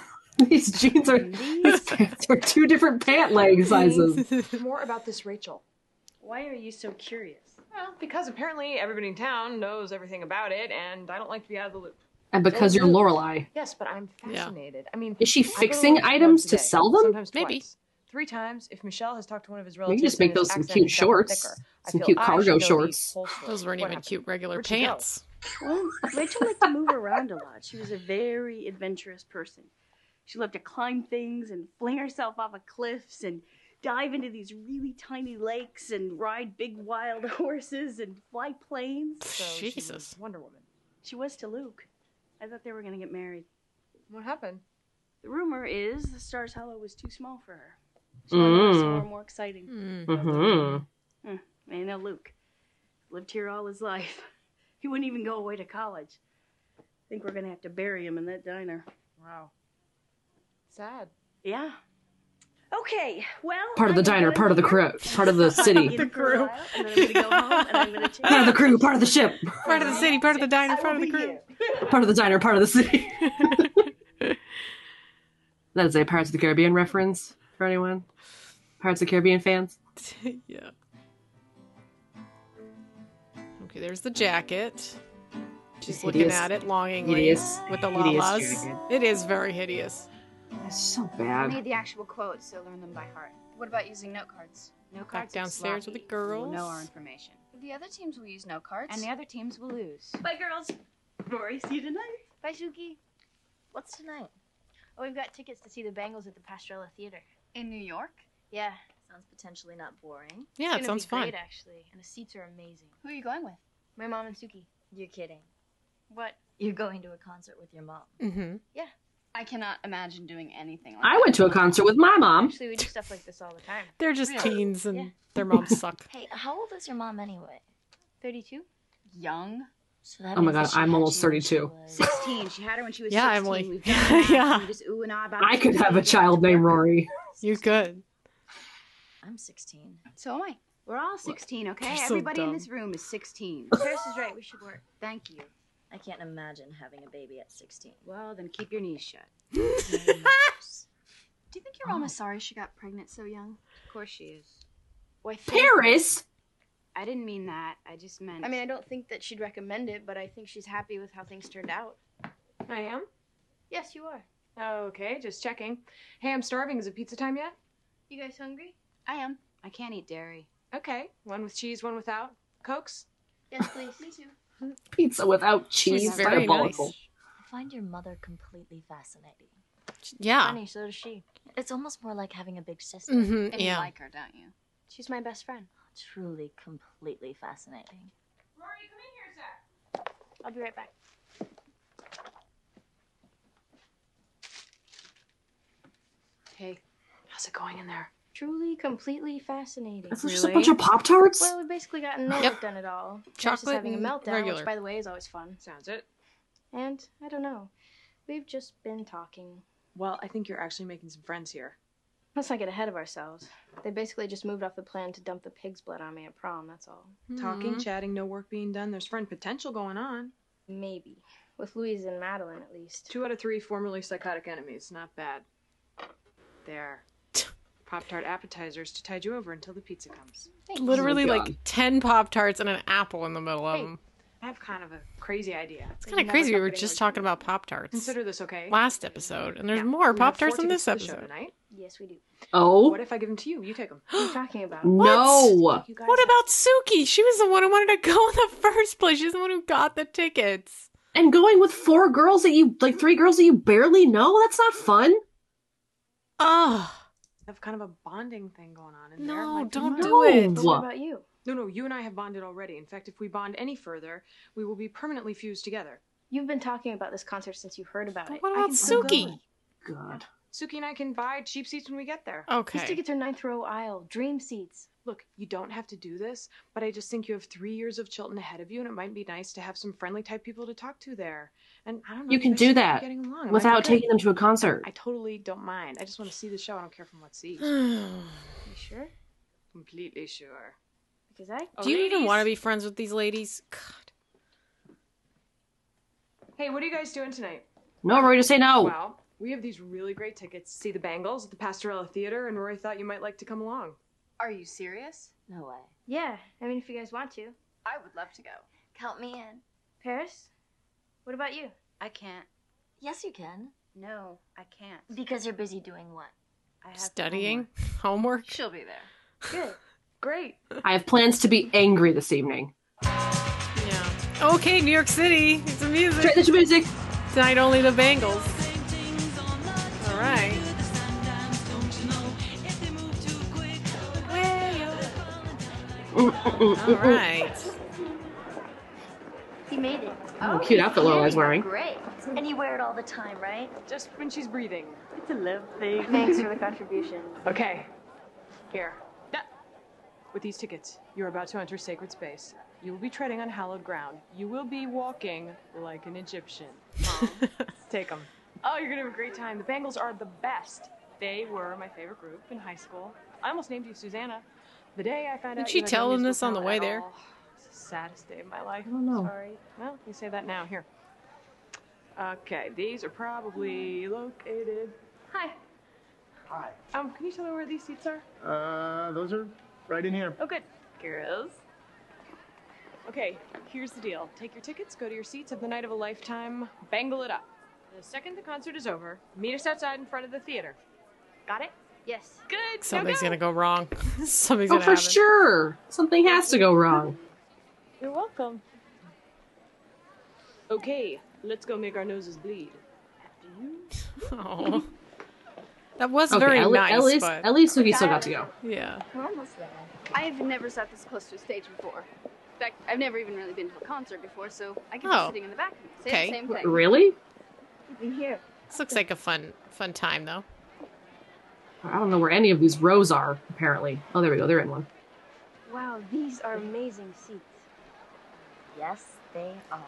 Speaker 2: These jeans are these pants are two different pant leg sizes.
Speaker 8: More about this, Rachel. Why are you so curious?
Speaker 3: Well, because apparently everybody in town knows everything about it, and I don't like to be out of the loop.
Speaker 2: And because you're Lorelai.
Speaker 8: Yes, but I'm fascinated. I mean,
Speaker 2: Is she
Speaker 8: I go to
Speaker 2: fixing
Speaker 8: lunch
Speaker 2: items
Speaker 8: once a
Speaker 2: to
Speaker 8: day,
Speaker 2: sell them?
Speaker 8: Sometimes
Speaker 2: Maybe.
Speaker 8: twice. Three times if Michelle has talked to one of his
Speaker 2: can
Speaker 8: relatives.
Speaker 2: just make
Speaker 8: and his
Speaker 2: those some
Speaker 8: accent
Speaker 2: cute
Speaker 8: has gotten
Speaker 2: shorts,
Speaker 8: thicker. I
Speaker 2: some
Speaker 8: feel
Speaker 2: cute
Speaker 8: I
Speaker 2: cargo
Speaker 8: should know the
Speaker 2: shorts.
Speaker 8: whole story.
Speaker 1: Those weren't
Speaker 8: What
Speaker 1: even
Speaker 8: happened?
Speaker 1: cute regular
Speaker 8: Where'd she go?
Speaker 1: pants.
Speaker 7: Well, Rachel liked to move around a lot. She was a very adventurous person. She loved to climb things and fling herself off of cliffs and dive into these really tiny lakes and ride big wild horses and fly planes.
Speaker 1: Jesus.
Speaker 8: Wonder Woman.
Speaker 7: She was to Luke. I thought they were going to get married.
Speaker 8: What happened?
Speaker 7: The rumor is the Stars Hollow was too small for her. She wanted somewhere
Speaker 2: Mm.
Speaker 7: more exciting.
Speaker 2: Mhm.
Speaker 7: Hmm, And now Luke lived here all his life. He wouldn't even go away to college. I think we're gonna have to bury him in that diner. Wow.
Speaker 8: Sad.
Speaker 7: Yeah. Okay. Well.
Speaker 2: Part of the
Speaker 7: I'm
Speaker 2: diner,
Speaker 7: gonna
Speaker 2: part of the
Speaker 7: be
Speaker 2: crew, part of the city,
Speaker 7: in for a while, and then I'm gonna go home and I'm gonna take.
Speaker 2: part of the crew, part of the ship,
Speaker 1: Part of the city, part of the diner, part of the crew.
Speaker 2: part of the diner, part of the city. that is a Pirates of the Caribbean reference for anyone. Pirates of the Caribbean fans.
Speaker 1: yeah. Okay, there's the jacket. She's looking
Speaker 2: Hideous-
Speaker 1: at it longingly
Speaker 2: hideous-
Speaker 1: with the
Speaker 2: hideous
Speaker 1: lalas.
Speaker 2: jacket.
Speaker 1: It is very hideous.
Speaker 2: It's so
Speaker 10: I
Speaker 2: bad.
Speaker 10: made the actual quotes, so learn them by heart. What about using note cards? Note
Speaker 1: Back
Speaker 10: cards. are
Speaker 1: downstairs with
Speaker 10: sloppy.
Speaker 1: the girls.
Speaker 10: We'll know our information.
Speaker 4: The other teams will use no cards.
Speaker 10: And the other teams will lose.
Speaker 7: Bye, girls. Rory, see you tonight.
Speaker 4: Bye, Suki. What's tonight? Oh, we've got tickets to see the Bengals at the Pastorella Theater.
Speaker 10: In New York?
Speaker 4: Yeah.
Speaker 13: Sounds potentially not boring.
Speaker 4: it's gonna be Great, actually, and the seats are amazing.
Speaker 10: Who are you going with?
Speaker 13: My mom and Suki. You're kidding.
Speaker 10: What?
Speaker 13: You're going to a concert with your mom.
Speaker 1: Mm-hmm.
Speaker 10: Yeah. I cannot imagine doing anything like
Speaker 2: I went to a concert with my mom.
Speaker 13: Actually, we do stuff like this all the time.
Speaker 1: They're just teens and their moms suck.
Speaker 13: Hey, how old is your mom anyway?
Speaker 10: 32? Young.
Speaker 13: So that
Speaker 2: Oh my
Speaker 13: means that
Speaker 2: god,
Speaker 13: she
Speaker 2: I'm
Speaker 13: had
Speaker 2: almost
Speaker 13: you when
Speaker 2: 32.
Speaker 10: Sixteen. She had her when she was
Speaker 1: Yeah, I'm
Speaker 10: 16.
Speaker 1: like-
Speaker 10: We've done math.
Speaker 1: Yeah.
Speaker 10: We just ooh and ah about
Speaker 2: I
Speaker 10: it.
Speaker 2: could have a child named Rory.
Speaker 1: You could.
Speaker 13: I'm 16.
Speaker 10: So am I. We're all 16, okay?
Speaker 1: You're so
Speaker 10: Everybody in
Speaker 1: dumb.
Speaker 10: this room is 16.
Speaker 13: Paris is right. We should work.
Speaker 10: Thank you.
Speaker 13: I can't imagine having a baby at 16.
Speaker 10: Well, then keep your knees shut.
Speaker 4: Do you think your
Speaker 13: Oh.
Speaker 4: mom is sorry she got pregnant so young?
Speaker 10: Of course she is.
Speaker 2: Paris?
Speaker 10: I didn't mean that. I just meant.
Speaker 4: I mean, I don't think that she'd recommend it, but I think she's happy with how things turned out.
Speaker 3: I am?
Speaker 4: Yes, you are.
Speaker 3: Okay, just checking. Hey, I'm starving. Is it pizza time yet?
Speaker 4: You guys hungry?
Speaker 10: I am. I can't eat dairy.
Speaker 3: Okay. One with cheese, one without. Cokes?
Speaker 4: Yes, please. Me too.
Speaker 2: Pizza without cheese.
Speaker 1: She's very
Speaker 2: diabolical.
Speaker 1: nice.
Speaker 13: I find your mother completely fascinating.
Speaker 1: Yeah.
Speaker 13: Funny, so does she. It's almost more like having a big sister.
Speaker 1: Mhm,
Speaker 10: And you
Speaker 1: yeah.
Speaker 10: like her, don't you?
Speaker 4: She's my best friend.
Speaker 13: Truly, completely fascinating.
Speaker 18: Rory, come in here a sec.
Speaker 4: I'll be right back.
Speaker 3: Hey, how's it going in there?
Speaker 4: Truly, completely fascinating.
Speaker 2: Is there just a bunch of Pop Tarts?
Speaker 4: Well, we've basically gotten no work done at all. Josh is
Speaker 3: Chocolate
Speaker 4: having a
Speaker 3: and
Speaker 4: meltdown,
Speaker 3: regular.
Speaker 4: which, by the way, is always fun.
Speaker 3: Sounds it.
Speaker 4: And I don't know. We've just been talking.
Speaker 3: Well, I think you're actually making some friends here.
Speaker 4: Let's not get ahead of ourselves. They basically just moved off the plan to dump the pig's blood on me at prom. That's all.
Speaker 1: Hmm.
Speaker 3: Talking, chatting, no work being done. There's friend potential going on.
Speaker 4: Maybe with Louise and Madeline at least.
Speaker 3: Two out of three formerly psychotic enemies. Not bad. There. Pop Tart appetizers to tide you over until the pizza comes.
Speaker 1: Literally
Speaker 3: Oh my
Speaker 1: like 10 Pop Tarts and an apple in the middle of
Speaker 3: Hey,
Speaker 1: them.
Speaker 3: I have kind of a crazy idea.
Speaker 1: It's kind of crazy. We were just talking about Pop Tarts
Speaker 3: Consider this okay?
Speaker 1: last episode, and there's
Speaker 3: Yeah.
Speaker 1: more
Speaker 3: We have
Speaker 1: Pop Tarts
Speaker 3: four
Speaker 1: in this
Speaker 3: tickets to the show
Speaker 1: episode.
Speaker 3: tonight.
Speaker 4: Yes, we do.
Speaker 2: Oh.
Speaker 3: What if I give them to you? You take them.
Speaker 4: What are you talking about?
Speaker 2: No.
Speaker 1: What about Suki? She was the one who wanted to go in the first place. She's the one who got the tickets.
Speaker 2: And going with four girls that you like three girls that you barely know? That's not fun.
Speaker 1: Oh.
Speaker 3: Have kind of a bonding thing going on in there.
Speaker 1: No,
Speaker 3: Might be
Speaker 1: don't
Speaker 3: fun.
Speaker 1: do it.
Speaker 2: But what about
Speaker 4: you?
Speaker 3: No, no, you and I have bonded already. In fact, if we bond any further, we will be permanently fused together.
Speaker 4: You've been talking about this concert since you heard about it.
Speaker 1: What
Speaker 3: I
Speaker 1: about
Speaker 3: can still go.
Speaker 1: Suki?
Speaker 2: God.
Speaker 3: Suki and I can buy cheap seats when we get there.
Speaker 4: These tickets are ninth row aisle, dream seats.
Speaker 3: Look, you don't have to do this, but I just think you have three years of Chilton ahead of you, and it might be nice to have some friendly type people to talk to there. And I don't know.
Speaker 2: You
Speaker 3: if
Speaker 2: can
Speaker 3: I
Speaker 2: do
Speaker 3: should be
Speaker 2: that
Speaker 3: getting along. It might be
Speaker 2: without
Speaker 3: good.
Speaker 2: taking them to a concert.
Speaker 3: I totally don't mind. I just want to see the show. I don't care from what seat.
Speaker 4: You sure?
Speaker 3: Completely sure.
Speaker 4: Because I.
Speaker 3: Oh,
Speaker 1: Do you even want to be friends with these ladies? God.
Speaker 3: Hey, what are you guys doing tonight?
Speaker 2: No, Rory, just say no.
Speaker 3: Well, we have these really great tickets to see the Bangles at the Pastorella Theater, and Rory thought you might like to come along.
Speaker 10: Are you serious?
Speaker 13: No way.
Speaker 4: Yeah, I mean, if you guys want to.
Speaker 10: I would love to go.
Speaker 13: Count me in.
Speaker 4: Paris, what about you?
Speaker 10: I can't.
Speaker 13: Yes, you can.
Speaker 10: No, I can't.
Speaker 13: Because you're busy doing what?
Speaker 10: I have
Speaker 1: Studying? Homework?
Speaker 10: She'll be there.
Speaker 4: Good.
Speaker 3: Great.
Speaker 2: I have plans to be angry this evening.
Speaker 1: Okay, New York City. It's the music.
Speaker 2: Straight into music.
Speaker 1: Tonight only the Bangles. All right. All right.
Speaker 13: He made it.
Speaker 2: Oh, cute outfit Lorelai's wearing.
Speaker 13: Great. And you wear it all the time, right?
Speaker 3: Just when she's breathing.
Speaker 19: It's a love thing.
Speaker 4: Thanks for the contribution.
Speaker 3: Okay. Here. Yeah. With these tickets, you're about to enter sacred space. You will be treading on hallowed ground. You will be walking like an Egyptian. Take them. Oh, you're gonna have a great time. The Bangles are the best. They were my favorite group in high school. I almost named you Susanna. The day I found
Speaker 1: Did
Speaker 3: out.
Speaker 1: she
Speaker 3: you had
Speaker 1: tell
Speaker 3: no
Speaker 1: him
Speaker 3: musical
Speaker 1: this on the
Speaker 3: talent
Speaker 1: way
Speaker 3: at
Speaker 1: there? Oh,
Speaker 3: all, It's the saddest day of my life.
Speaker 2: don't know.
Speaker 3: Sorry. Well, you say that now. Here. Okay, these are probably located. Hi.
Speaker 20: Hi.
Speaker 3: Um, can you tell me where these seats are?
Speaker 20: Uh, those are right in here.
Speaker 3: Oh, good. Girls. Okay, here's the deal. Take your tickets, go to your seats, have the night of a lifetime, bangle it up. The second the concert is over, meet us outside in front of the theater. Got it?
Speaker 4: Yes.
Speaker 3: Good.
Speaker 1: Something's gonna go wrong. Something's
Speaker 2: Oh,
Speaker 1: gonna
Speaker 2: for
Speaker 1: happen.
Speaker 2: sure. Something has to go wrong.
Speaker 3: You're welcome. Okay, let's go make our noses bleed.
Speaker 1: Oh. That was
Speaker 2: Okay,
Speaker 1: very
Speaker 2: at le-
Speaker 1: nice.
Speaker 2: at least,
Speaker 1: but...
Speaker 2: at least Suki still got to go.
Speaker 1: Yeah.
Speaker 4: We're almost there. I have never sat this close to a stage before. fact, I've never even really been to a concert before, so I could
Speaker 1: Oh.
Speaker 4: be sitting in the back and say
Speaker 1: Okay.
Speaker 4: the same thing. Even here.
Speaker 1: This looks like a fun fun time though.
Speaker 2: I don't know where any of these rows are, apparently. Oh, there we go. They're in one.
Speaker 13: Wow, these are amazing seats. Yes, they are.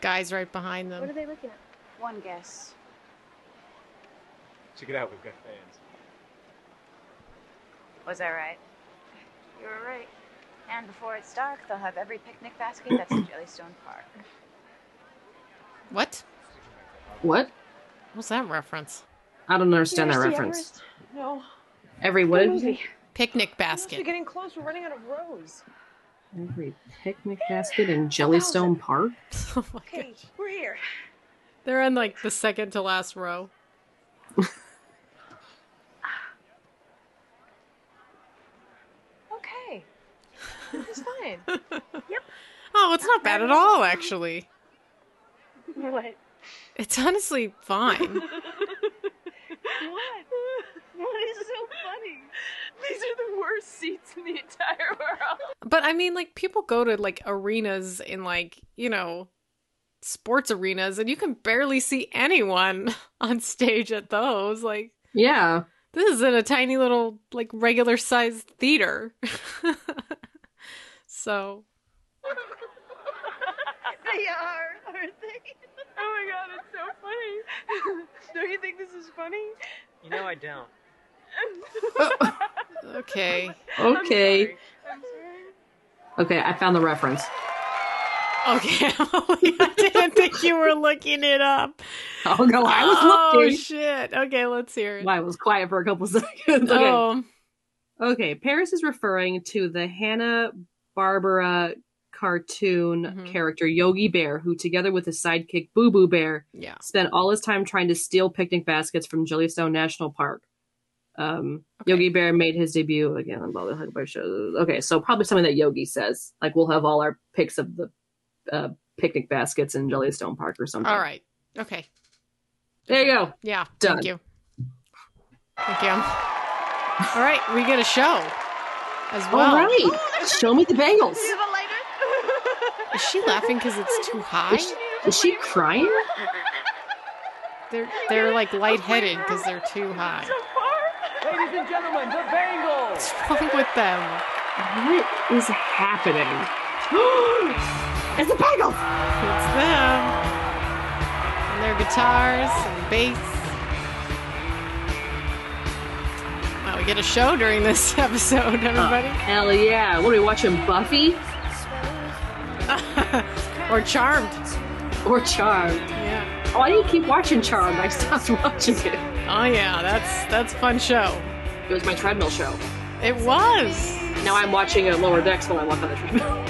Speaker 1: Guys right behind them.
Speaker 11: What are they looking at? One guess.
Speaker 20: Check it out. We've got fans.
Speaker 10: Was I right?
Speaker 11: You were right.
Speaker 10: And before it's dark, they'll have every picnic basket that's in Jellystone Park.
Speaker 1: What?
Speaker 2: What?
Speaker 1: What's that reference?
Speaker 2: I don't understand that reference.
Speaker 8: No.
Speaker 2: Every what?
Speaker 1: Picnic
Speaker 8: We're
Speaker 1: basket.
Speaker 8: getting close. We're running out of rows.
Speaker 2: Every picnic basket in Jellystone Park.
Speaker 8: Okay, we're here.
Speaker 1: They're on like the second to last row.
Speaker 8: Okay. It's fine.
Speaker 1: yep. Oh, it's not bad at all, actually.
Speaker 8: what?
Speaker 1: It's honestly fine.
Speaker 8: What?
Speaker 7: What is so funny?
Speaker 8: These are the worst seats in the entire world.
Speaker 1: But I mean, like, people go to like arenas in like, you know, sports arenas, and you can barely see anyone on stage at those. Like,
Speaker 2: Yeah.
Speaker 1: this is in a tiny little, like, regular sized theater. so,
Speaker 8: they are, aren't they? Oh my god, it's so funny. Don't you think this is funny?
Speaker 21: You know I don't.
Speaker 1: okay.
Speaker 2: Okay.
Speaker 8: I'm sorry.
Speaker 2: Okay, I found the reference.
Speaker 1: Okay, Emily, I didn't think you were looking it up.
Speaker 2: Oh no, I was
Speaker 1: Oh,
Speaker 2: looking.
Speaker 1: shit. Okay, let's hear it.
Speaker 2: Well, I was quiet for a couple seconds. Okay.
Speaker 1: Oh.
Speaker 2: Okay, Paris is referring to the Hanna Barbera cartoon character Yogi Bear, who, together with his sidekick Boo Boo Bear,
Speaker 1: Yeah.
Speaker 2: spent all his time trying to steal picnic baskets from Jellystone National Park. Um, Yogi Bear made his debut again on Bobby Huckleberry shows. Okay, so probably something that Yogi says, like we'll have all our picks of the uh, picnic baskets in Jellystone Park or something.
Speaker 1: All right. Okay.
Speaker 2: there you go.
Speaker 1: Yeah.
Speaker 2: Done.
Speaker 1: Thank you. Thank you. All right, we get a show as well.
Speaker 2: All right, show me the bagels.
Speaker 1: Is she laughing because it's too high?
Speaker 2: Is she, is she crying?
Speaker 1: They're they're like lightheaded because they're too high.
Speaker 21: Ladies and gentlemen, the Bengals.
Speaker 1: What's wrong with them?
Speaker 2: What is happening? it's the Bagels.
Speaker 1: It's them and their guitars and bass. Wow, we get a show during this episode, everybody.
Speaker 2: Oh, hell yeah! What are we watching? Buffy
Speaker 1: or Charmed?
Speaker 2: Or Charmed?
Speaker 1: Yeah.
Speaker 2: Oh, I didn't keep watching Charmed. I stopped watching it.
Speaker 1: Oh yeah, that's that's a fun show.
Speaker 2: It was my treadmill show.
Speaker 1: It was.
Speaker 2: Now I'm watching it lower decks while I walk on the treadmill.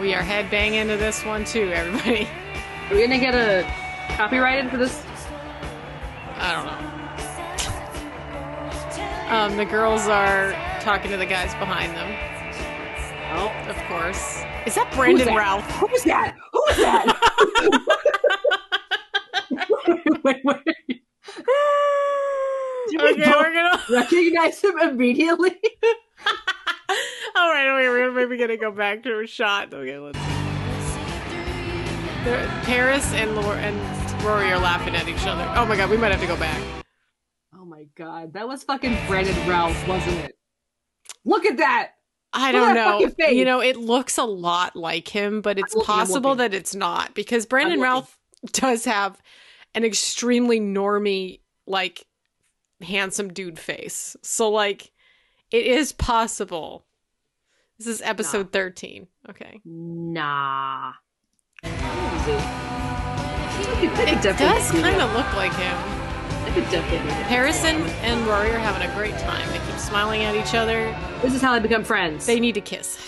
Speaker 1: We are headbanging to this one too, everybody.
Speaker 2: Are we gonna get a copyrighted for this?
Speaker 1: I don't know. Um, the girls are talking to the guys behind them.
Speaker 2: Oh,
Speaker 1: of course. Is that Brandon
Speaker 2: that?
Speaker 1: Ralph?
Speaker 2: Who's that? Who's that?
Speaker 1: Okay, we're gonna
Speaker 2: recognize him immediately.
Speaker 1: All right, wait, we're maybe gonna go back to a shot. Okay, let's. There, Paris and Lor- and Rory are laughing at each other. Oh my god, we might have to go back.
Speaker 2: Oh my god, that was fucking Brandon Ralph, wasn't it? Look at that.
Speaker 1: I
Speaker 2: Look at
Speaker 1: don't
Speaker 2: that
Speaker 1: know.
Speaker 2: fucking face.
Speaker 1: You know, it looks a lot like him, but it's
Speaker 2: I'm looking, I'm
Speaker 1: possible
Speaker 2: looking.
Speaker 1: that it's not because Brandon
Speaker 2: looking.
Speaker 1: Ralph does have an extremely normy, like handsome dude face. So like, it is possible. This is episode thirteen. Okay.
Speaker 2: Nah. It
Speaker 1: It
Speaker 2: definitely
Speaker 1: does
Speaker 2: could be
Speaker 1: kind of look like him.
Speaker 2: It could definitely.
Speaker 1: Harrison and Rory are having a great time. They keep smiling at each other.
Speaker 2: This is how they become friends.
Speaker 1: They need to kiss.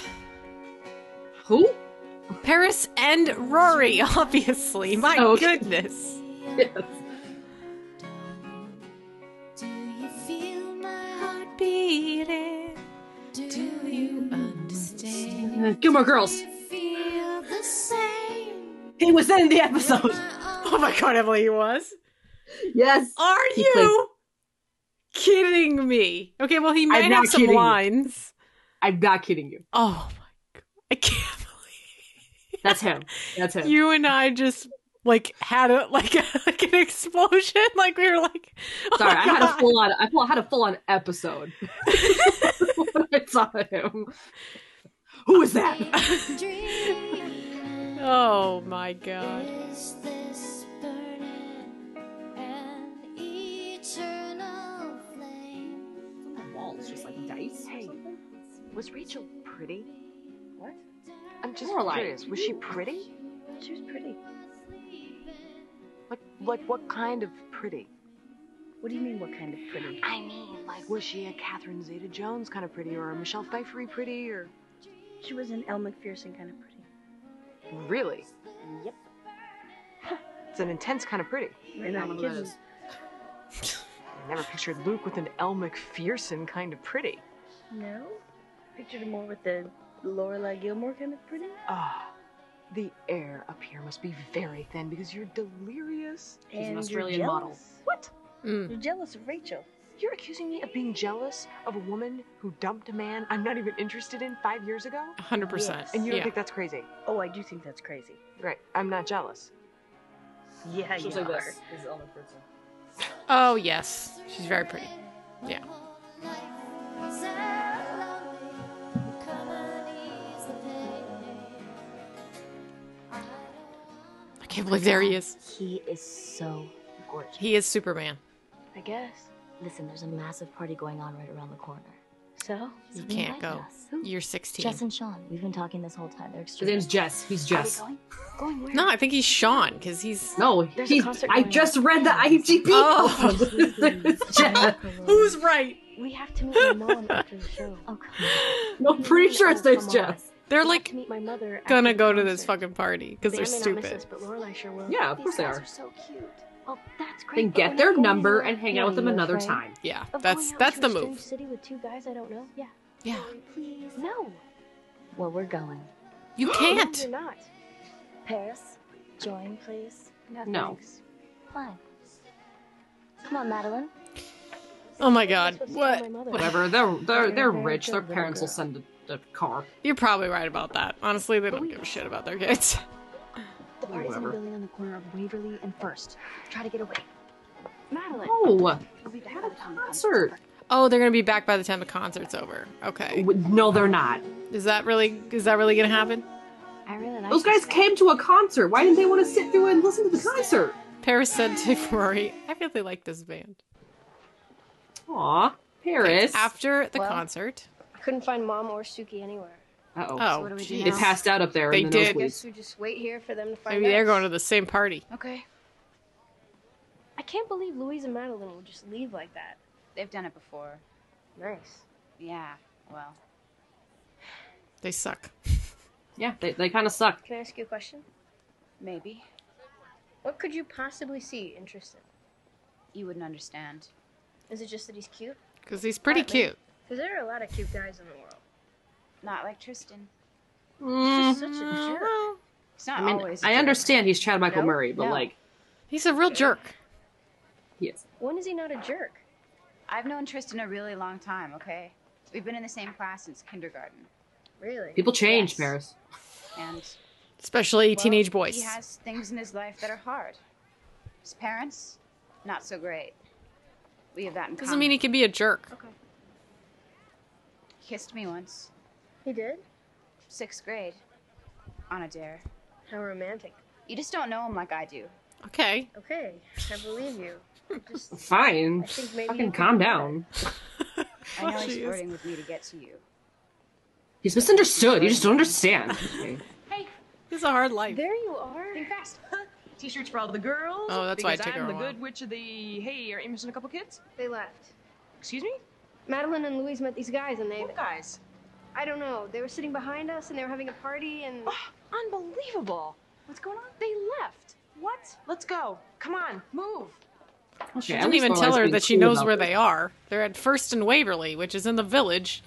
Speaker 2: Who?
Speaker 1: Paris and Rory, obviously. My
Speaker 2: Oh, okay.
Speaker 1: goodness.
Speaker 22: Do you feel my heart
Speaker 1: beating?
Speaker 22: Do you understand?
Speaker 2: Gilmore Girls.
Speaker 22: Feel the same.
Speaker 2: He was in the episode.
Speaker 1: Oh my god, Emily, he was.
Speaker 2: Yes.
Speaker 1: Are
Speaker 2: he
Speaker 1: you
Speaker 2: played-
Speaker 1: kidding me? Okay, well he
Speaker 2: I'm
Speaker 1: might have
Speaker 2: not
Speaker 1: some
Speaker 2: kidding you.
Speaker 1: lines.
Speaker 2: I'm not kidding you.
Speaker 1: Oh my god, I can't.
Speaker 2: That's him. That's him.
Speaker 1: You and I just like had a like, a, like an explosion. Like we were like, oh
Speaker 2: Sorry,
Speaker 1: my
Speaker 2: I had a
Speaker 1: God.
Speaker 2: full on. I full- had a full on episode. when I saw him. Who is that?
Speaker 1: Oh my god.
Speaker 13: Is this burning an eternal flame?
Speaker 2: The wall's just like dice.
Speaker 13: Hey,
Speaker 3: was Rachel pretty?
Speaker 13: What?
Speaker 3: I'm just
Speaker 2: Coraline.
Speaker 3: curious. Was she pretty?
Speaker 7: She was pretty.
Speaker 3: Like, like what kind of pretty?
Speaker 7: What do you mean, what kind of pretty?
Speaker 3: I mean, like, was she a Catherine Zeta-Jones kind of pretty, or a Michelle Pfeiffer pretty, or
Speaker 7: She was an Elle McPherson kind of pretty.
Speaker 3: really?
Speaker 7: Yep.
Speaker 3: It's an intense kind of pretty.
Speaker 7: You're not None of kidding. those.
Speaker 3: I never pictured Luke with an Elle McPherson kind of pretty.
Speaker 7: No? Pictured her more with the Lorelai Gilmore kind of pretty?
Speaker 3: Ah, the air up here must be very thin because you're delirious.
Speaker 7: She's an And you're Australian jealous? model.
Speaker 3: What?
Speaker 7: You're jealous of Rachel.
Speaker 3: You're accusing me of being jealous of a woman who dumped a man I'm not even interested in five years ago?
Speaker 1: 100%.
Speaker 3: And you don't
Speaker 1: Yeah.
Speaker 3: think that's crazy?
Speaker 7: Oh, I do think that's crazy.
Speaker 3: Right. I'm not jealous.
Speaker 7: Yeah,
Speaker 2: She was
Speaker 7: you
Speaker 2: like
Speaker 7: are.
Speaker 2: this. This is Elle McPherson.
Speaker 1: Oh yes, she's very pretty. Yeah. I can't believe there he is.
Speaker 4: He is so gorgeous.
Speaker 1: He is Superman.
Speaker 7: I guess.
Speaker 4: Listen, there's a massive party going on right around the corner.
Speaker 7: So?
Speaker 1: You can't go. You're 16.
Speaker 4: Jess and Sean, we've been talking this whole time. They're
Speaker 2: His
Speaker 4: extremely.
Speaker 2: name's Jess. He's Jess.
Speaker 4: Going where?
Speaker 1: No, I think he's Sean because he's
Speaker 2: No, he, I just read the IGP.
Speaker 1: Oh. Who's right?
Speaker 4: We have to meet my mom after the show. Oh, come
Speaker 2: No, I'm pretty sure it's name's
Speaker 4: on.
Speaker 2: Jess.
Speaker 1: They're
Speaker 4: We have
Speaker 1: like
Speaker 4: to meet my mother after
Speaker 1: gonna
Speaker 4: the
Speaker 1: go to this
Speaker 4: concert.
Speaker 1: fucking party because
Speaker 4: They
Speaker 1: they're
Speaker 4: may Not miss
Speaker 1: stupid.
Speaker 4: us, but Lorelai sure will.
Speaker 2: Yeah, of
Speaker 4: These
Speaker 2: course they
Speaker 4: guys
Speaker 2: are.
Speaker 4: so cute. Oh, that's great.
Speaker 2: Then
Speaker 4: but
Speaker 2: get
Speaker 4: we're
Speaker 2: their
Speaker 4: not going
Speaker 2: number
Speaker 4: anywhere.
Speaker 2: and hang out
Speaker 4: What
Speaker 2: with
Speaker 4: are
Speaker 2: them
Speaker 4: you
Speaker 2: another
Speaker 4: afraid?
Speaker 2: time.
Speaker 1: Yeah,
Speaker 4: Of
Speaker 1: that's
Speaker 4: going out
Speaker 1: that's
Speaker 4: to
Speaker 1: the
Speaker 4: a strange
Speaker 1: move.
Speaker 4: City with two guys I don't know. Yeah.
Speaker 1: Yeah,
Speaker 4: Please. No. Well, we're going.
Speaker 1: you
Speaker 4: No,
Speaker 1: can't.
Speaker 4: you're not. Paris, join, please.
Speaker 2: No.
Speaker 4: Fine. Come on, Madeline.
Speaker 1: Oh my god,
Speaker 4: supposed to tell
Speaker 1: what?
Speaker 4: my mother.
Speaker 2: Whatever. They're they're
Speaker 4: They're
Speaker 2: they're
Speaker 4: a very
Speaker 2: rich. Their
Speaker 4: good little
Speaker 2: parents will
Speaker 4: girl.
Speaker 2: send a, a car.
Speaker 1: You're probably right about that. Honestly, they don't give a shit about their kids.
Speaker 4: The party's in
Speaker 2: Whatever.
Speaker 4: the building on the corner of Waverly and First. Try to get away.
Speaker 7: Madeline.
Speaker 2: Oh,
Speaker 4: We'll be back by the time the concert.
Speaker 2: concert.
Speaker 1: Oh, they're gonna be back by the time the concert's over. Okay,
Speaker 2: W- No, they're not.
Speaker 1: is that really is that really gonna happen?
Speaker 4: I really like
Speaker 2: Those guys came to a concert. Why didn't they want to sit through and listen to the concert?
Speaker 1: Paris said to Rory, "I really like this band."
Speaker 2: Aw, Paris.
Speaker 1: After the
Speaker 4: Well,
Speaker 1: concert,
Speaker 4: I couldn't find Mom or Suki anywhere.
Speaker 2: Uh
Speaker 1: oh,
Speaker 4: what do we do
Speaker 1: jeez.
Speaker 2: They passed out up there.
Speaker 1: They
Speaker 2: in the
Speaker 1: did.
Speaker 2: nosebleeds.
Speaker 4: Guess we just wait here for them to find
Speaker 1: maybe they're
Speaker 4: us.
Speaker 1: going to the same party.
Speaker 10: Okay.
Speaker 4: I can't believe Louise and Madeline will just leave like that.
Speaker 10: They've done it before.
Speaker 4: Nice.
Speaker 10: Yeah, well.
Speaker 1: They suck.
Speaker 2: Yeah, they, they kind of suck.
Speaker 4: Can I ask you a question?
Speaker 10: Maybe.
Speaker 4: What could you possibly see interesting?
Speaker 10: You wouldn't understand.
Speaker 4: Is it just that he's cute?
Speaker 1: Because he's pretty
Speaker 4: Alright, maybe-
Speaker 1: cute.
Speaker 4: Because there are a lot of cute guys in the world.
Speaker 10: Not like Tristan.
Speaker 4: He's just such a
Speaker 10: Mm-hmm.
Speaker 4: jerk.
Speaker 10: It's not
Speaker 2: I mean,
Speaker 10: always. a
Speaker 2: I
Speaker 10: jerk.
Speaker 2: understand he's Chad Michael
Speaker 4: No,
Speaker 2: Murray, but
Speaker 10: no.
Speaker 2: like,
Speaker 1: He's a real jerk.
Speaker 2: he is.
Speaker 4: When is he not a jerk?
Speaker 10: I've known Tristan a really long time, okay? We've been in the same class since kindergarten.
Speaker 4: Really?
Speaker 2: People change,
Speaker 10: Yes.
Speaker 2: Paris.
Speaker 10: And
Speaker 1: Especially
Speaker 10: well,
Speaker 1: teenage boys.
Speaker 10: He has things in his life that are hard. His parents, not so great. We have that in
Speaker 1: Doesn't
Speaker 10: common.
Speaker 1: mean he can be a jerk.
Speaker 4: Okay.
Speaker 10: he kissed me once,
Speaker 4: He did?
Speaker 10: sixth grade, on a dare.
Speaker 4: How romantic.
Speaker 10: You just don't know him like I do.
Speaker 1: Okay.
Speaker 4: Okay, I believe you. Just
Speaker 2: Fine.
Speaker 4: I think maybe you
Speaker 2: Fucking
Speaker 4: could
Speaker 2: calm
Speaker 4: do that.
Speaker 2: down.
Speaker 23: Oh,
Speaker 10: I know
Speaker 1: Well, she
Speaker 10: he's
Speaker 1: is.
Speaker 10: flirting with me to get to you.
Speaker 2: He's misunderstood. You just don't understand. Okay.
Speaker 10: Hey,
Speaker 1: He's a hard life.
Speaker 4: There you are.
Speaker 10: think fast.
Speaker 3: T-shirts for all the girls.
Speaker 1: Oh, that's why it
Speaker 3: because
Speaker 1: took
Speaker 3: I'm
Speaker 1: her a
Speaker 3: the
Speaker 1: while.
Speaker 3: good witch of the. Hey, are you missing a couple kids?
Speaker 4: They left.
Speaker 3: Excuse me.
Speaker 4: Madeline and Louise met these guys and they
Speaker 3: What guys?
Speaker 4: I don't know, they were sitting behind us and they were having a party and
Speaker 3: Unbelievable. What's going on? They left. What? Let's go. Come on, move.
Speaker 1: She
Speaker 2: Okay, at
Speaker 1: didn't
Speaker 2: least
Speaker 1: even tell
Speaker 2: Lorelai's
Speaker 1: her
Speaker 2: being
Speaker 1: that she
Speaker 2: cool
Speaker 1: knows
Speaker 2: about
Speaker 1: where
Speaker 2: this.
Speaker 1: they are. They're at First and Waverly, which is in the village.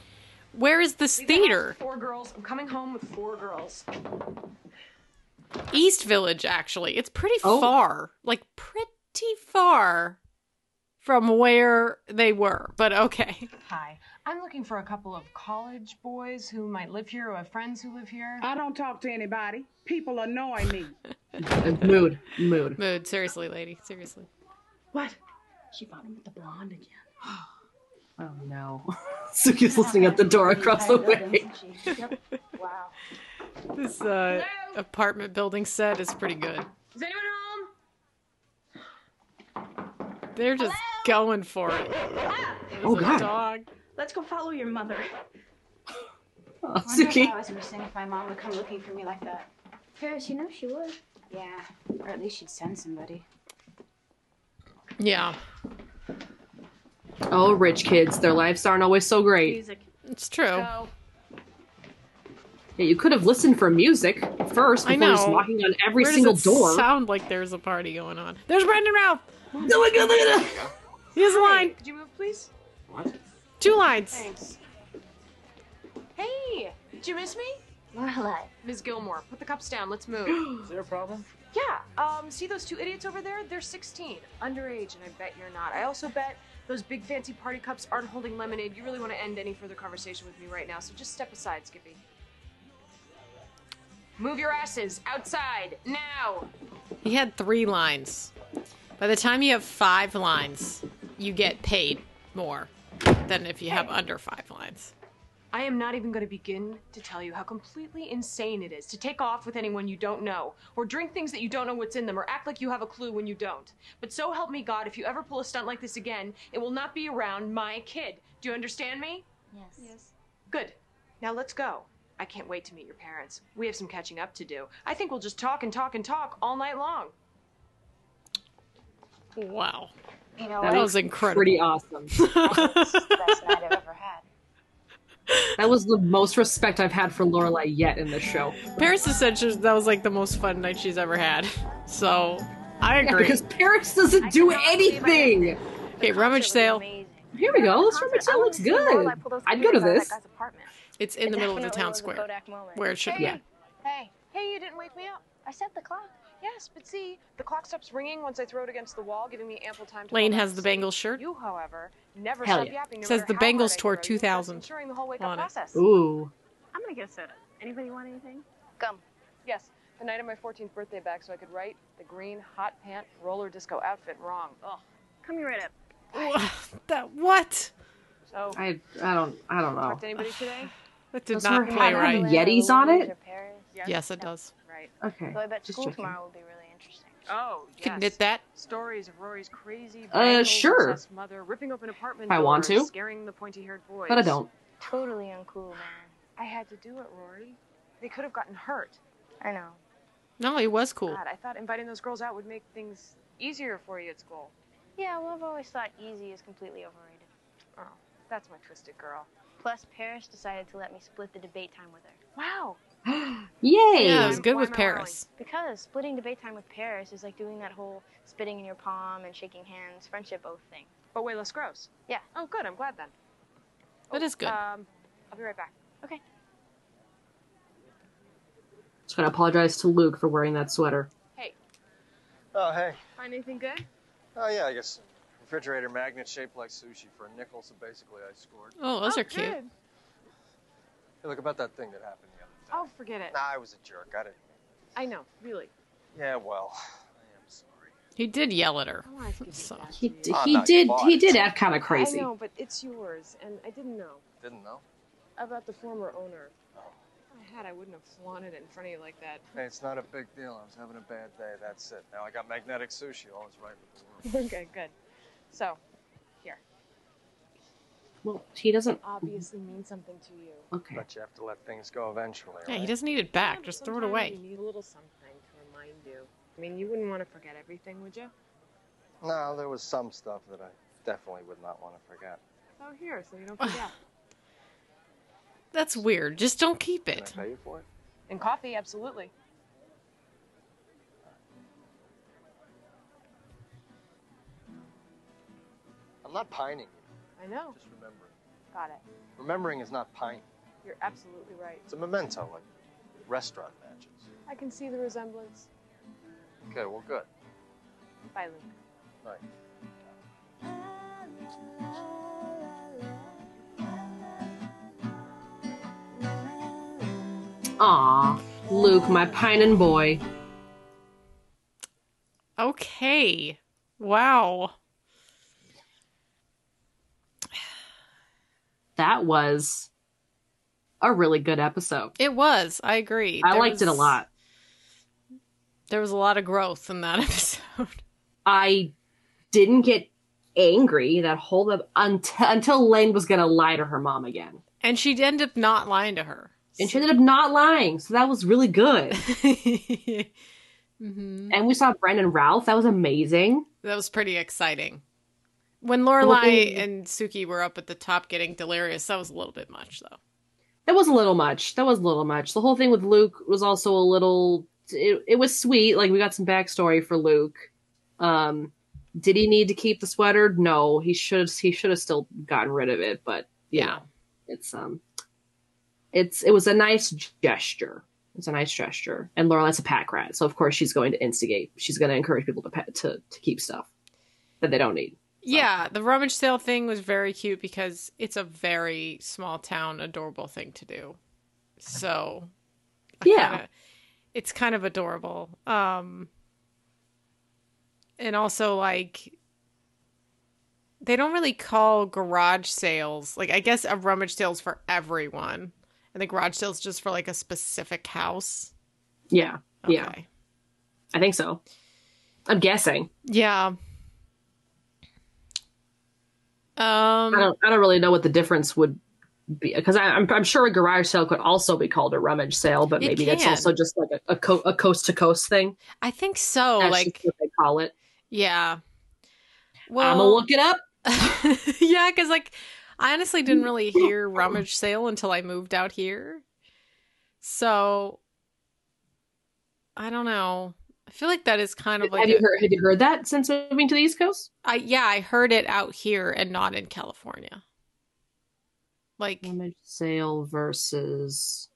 Speaker 1: Where is this
Speaker 3: Leave the house
Speaker 1: theater?
Speaker 3: with Four girls. I'm coming home with four girls.
Speaker 1: East Village, actually. It's pretty
Speaker 2: Oh.
Speaker 1: far, like pretty far from where they were, but okay.
Speaker 8: Hi, I'm looking for a couple of college boys who might live here or have friends who live here.
Speaker 7: Uh,
Speaker 23: I don't talk to anybody. People annoy me.
Speaker 2: Mood. Mood.
Speaker 1: Mood, seriously, lady, seriously.
Speaker 7: What? She found him with the blonde again.
Speaker 2: Oh no. Suki's listening at the door across the way.
Speaker 7: Wow.
Speaker 1: This uh, apartment building set is pretty good.
Speaker 3: Is anyone home?
Speaker 1: They're just going for it.
Speaker 3: Ah!
Speaker 1: There's
Speaker 2: Oh,
Speaker 1: a
Speaker 2: God.
Speaker 1: dog.
Speaker 7: Let's go follow your mother.
Speaker 2: Oh,
Speaker 10: I wonder if
Speaker 2: Suki.
Speaker 10: I was missing if my mom would come looking for me like that.
Speaker 24: Paris, you know she would.
Speaker 10: Yeah, or at least she'd send somebody.
Speaker 1: Yeah.
Speaker 2: Oh, rich kids. Their lives aren't always so great.
Speaker 7: Music.
Speaker 1: It's true.
Speaker 2: Yeah, you could have listened for music first
Speaker 1: I
Speaker 2: before just
Speaker 1: know.
Speaker 2: knocking on every
Speaker 1: Where
Speaker 2: single
Speaker 1: does it
Speaker 2: door.
Speaker 1: Sound like there's a party going on. There's Brendan Ralph.
Speaker 2: Oh my god, look at that!
Speaker 1: Here's a line.
Speaker 3: Could you move, please?
Speaker 9: What?
Speaker 1: Two lines.
Speaker 3: Thanks. Hey, did you miss me?
Speaker 24: Lorelai.
Speaker 3: Ms. Gilmore, put the cups down. Let's move.
Speaker 9: Is there a problem?
Speaker 3: yeah. Um, see those two idiots over there? They're 16, underage, and I bet you're not. I also bet those big fancy party cups aren't holding lemonade. You really want to end any further conversation with me right now, so just step aside, Skippy. Move your asses outside now.
Speaker 1: He had three lines. By the time you have five lines, you get paid more than if you have under five lines.
Speaker 3: I am not even going to begin to tell you how completely insane it is to take off with anyone you don't know, or drink things that you don't know what's in them, or act like you have a clue when you don't. But so help me God, if you ever pull a stunt like this again, it will not be around my kid. Do you understand me?
Speaker 24: Yes. Yes.
Speaker 3: Good. Now let's go. I can't wait to meet your parents. We have some catching up to do. I think we'll just talk and talk and talk all night long.
Speaker 1: Wow.
Speaker 10: You know
Speaker 2: That,
Speaker 10: what?
Speaker 2: was incredible. Pretty awesome.
Speaker 10: Best night I've ever had.
Speaker 2: that was the most respect I've had for Lorelai yet in this show.
Speaker 1: Paris has said she- that was like the most fun night she's ever had. So I
Speaker 2: Yeah,
Speaker 1: agree.
Speaker 2: because Paris doesn't do anything.
Speaker 1: okay, rummage sale.
Speaker 2: Here we go. This room still looks good. I'd go to this.
Speaker 1: It's in the middle of the
Speaker 24: Definitely
Speaker 1: town
Speaker 24: was a
Speaker 1: square
Speaker 24: Bodak moment.
Speaker 1: where it should
Speaker 3: Hey,
Speaker 1: be.
Speaker 3: hey, hey, you didn't wake me up. I set the clock. Yes, but see, the clock stops ringing once I throw it against the wall, giving me ample time to.
Speaker 1: Lane
Speaker 3: relax.
Speaker 1: has the Bengals shirt.
Speaker 3: You, however, never
Speaker 1: Hell
Speaker 3: stop
Speaker 1: yeah.
Speaker 3: yapping. No
Speaker 1: Says
Speaker 3: matter
Speaker 1: the
Speaker 3: how hard
Speaker 1: Bengals
Speaker 3: I
Speaker 1: tour
Speaker 3: try,
Speaker 1: 2000
Speaker 3: thus ensuring the whole wake-up
Speaker 1: on it.
Speaker 3: process.
Speaker 2: Ooh.
Speaker 7: I'm gonna get a soda. Anybody want anything?
Speaker 3: Gum. Yes, the night of my 14th birthday back, so I could write the green hot pant roller disco outfit wrong. Ugh.
Speaker 7: Come here right up.
Speaker 1: That what?
Speaker 3: So,
Speaker 2: I I don't I don't know.
Speaker 3: talk to anybody today?
Speaker 1: That did
Speaker 2: Does her
Speaker 1: not play
Speaker 2: hat
Speaker 1: right.
Speaker 2: have Yetis on it?
Speaker 1: Yes, it does.
Speaker 3: Right.
Speaker 2: Okay.
Speaker 3: So I bet
Speaker 2: just
Speaker 3: school
Speaker 2: checking.
Speaker 3: tomorrow
Speaker 24: will be really interesting.
Speaker 3: Oh, yes.
Speaker 1: Could knit that.
Speaker 3: Stories of Rory's crazy,
Speaker 2: Uh,
Speaker 3: Bengals
Speaker 2: sure.
Speaker 3: obsessed mother ripping open apartment
Speaker 2: If I want
Speaker 3: doors,
Speaker 2: to.
Speaker 3: scaring the pointy-haired boys.
Speaker 2: But I don't.
Speaker 24: Totally uncool, man.
Speaker 3: I had to do it, Rory. They could have gotten hurt.
Speaker 24: I know.
Speaker 1: No, he was cool.
Speaker 3: God, I thought inviting those girls out would make things easier for you at school.
Speaker 24: Yeah, well, I've always thought easy is completely overrated.
Speaker 3: Oh, that's my twisted girl.
Speaker 24: Plus, Paris decided to let me split the debate time with her.
Speaker 3: Wow.
Speaker 2: Yay!
Speaker 1: Yeah, it was good
Speaker 3: Why
Speaker 1: with
Speaker 3: am I
Speaker 1: Paris.
Speaker 24: Because splitting debate time with Paris is like doing that whole spitting in your palm and shaking hands friendship oath thing.
Speaker 3: But way less gross.
Speaker 24: Yeah.
Speaker 3: Oh, good. I'm glad then.
Speaker 1: That is good.
Speaker 3: Um, I'll be right back.
Speaker 24: Okay.
Speaker 2: Just gonna apologize to Luke for wearing that sweater.
Speaker 3: Hey,
Speaker 6: Oh, hey.
Speaker 3: find anything good?
Speaker 6: Oh, yeah, I guess refrigerator magnet shaped like sushi for a nickel, so basically I scored.
Speaker 1: Oh, those are cute.
Speaker 3: good.
Speaker 6: Hey, look about that thing that happened the other
Speaker 3: Oh, forget
Speaker 6: day.
Speaker 3: it.
Speaker 6: Nah, I was a jerk. I didn't.
Speaker 3: I know, really.
Speaker 6: Yeah, well, I am sorry.
Speaker 1: He did yell at her.
Speaker 3: Come on, give me
Speaker 1: So.
Speaker 3: that.
Speaker 2: He d-
Speaker 6: Oh,
Speaker 2: he
Speaker 6: no, you
Speaker 2: did
Speaker 6: bought
Speaker 2: he
Speaker 6: it.
Speaker 2: did act kind of crazy.
Speaker 3: I know, but it's yours, and I didn't know
Speaker 6: Didn't know.
Speaker 3: about the former owner. If I had, I wouldn't have flaunted it in front of you like that.
Speaker 6: Hey, it's not a big deal. I was having a bad day. That's it. Now I got magnetic sushi. All is right with the world.
Speaker 3: okay, good. So, here.
Speaker 2: Well, he doesn't.
Speaker 3: It obviously means something to you.
Speaker 2: Okay.
Speaker 6: But you have to let things go eventually.
Speaker 1: Yeah, he
Speaker 6: right?
Speaker 1: doesn't need it back. Just throw it
Speaker 3: Sometimes
Speaker 1: away.
Speaker 3: You need a little something to remind you. I mean, you wouldn't want to forget everything, would you?
Speaker 6: No, there was some stuff that I definitely would not want to forget.
Speaker 3: So Oh, here, so you don't forget.
Speaker 1: That's weird. Just don't keep it.
Speaker 6: Can I pay you for it?
Speaker 3: and coffee, absolutely.
Speaker 6: I'm not pining you.
Speaker 3: I know.
Speaker 6: Just remembering.
Speaker 3: Got it.
Speaker 6: Remembering is not pining.
Speaker 3: You're absolutely right.
Speaker 6: It's a memento, like restaurant matches.
Speaker 8: I can see the resemblance.
Speaker 6: Okay, well, good.
Speaker 8: Bye, Luke.
Speaker 6: Night.
Speaker 2: Aw, Luke, my pining boy.
Speaker 1: Okay. Wow.
Speaker 2: That was a really good episode.
Speaker 1: It was. I agree.
Speaker 2: I
Speaker 1: There
Speaker 2: liked it a
Speaker 1: was-
Speaker 2: lot.
Speaker 1: There was a lot of growth in that episode.
Speaker 2: I didn't get angry that whole up until until Lane was gonna lie to her mom again,
Speaker 1: And she ended up not lying to her.
Speaker 2: and she ended up not lying. So that was really good.
Speaker 1: hmm
Speaker 2: and we saw Brendan Ralph. That was amazing.
Speaker 1: That was pretty exciting. When
Speaker 2: Looking-
Speaker 1: Lorelai and Suki were up at the top getting delirious, that was a little bit much, though.
Speaker 2: That was a little much. That was a little much. The whole thing with Luke was also a little. It, it was sweet. Like we got some backstory for Luke. Um, did he need to keep the sweater? No, he should. He should have still gotten rid of it. But yeah, it's um, it's it was a nice gesture. It's a nice gesture. And Lorelai's a pack rat, so of course she's going to instigate. She's going to encourage people to pet, to to keep stuff that they don't need.
Speaker 1: Yeah, the rummage sale thing was very cute because it's a very small town, adorable thing to do. So,
Speaker 2: Yeah.
Speaker 1: kinda- it's kind of adorable. Um, and also like they don't really call garage sales like I guess a rummage sale's for everyone, and the garage sale's just for like a specific house.
Speaker 2: Yeah, yeah. I think so. I'm guessing.
Speaker 1: Yeah. Um,
Speaker 2: I don't. I don't really know what the difference would be because I'm. I'm sure a garage sale could also be called a rummage sale, but
Speaker 1: It
Speaker 2: maybe that's
Speaker 1: can.
Speaker 2: also just like a, a, co- a coast to coast thing.
Speaker 1: I think so.
Speaker 2: That's
Speaker 1: like
Speaker 2: just what they call it.
Speaker 1: Yeah.
Speaker 2: I'ma look it up.
Speaker 1: yeah, because like I honestly didn't really hear rummage sale until I moved out here. So I don't know. I feel like that is kind of like
Speaker 2: have you
Speaker 1: a-
Speaker 2: heard? Have you heard that since moving to the East Coast?
Speaker 1: I yeah, I heard it out here and not in California. Like
Speaker 2: rummage sale versus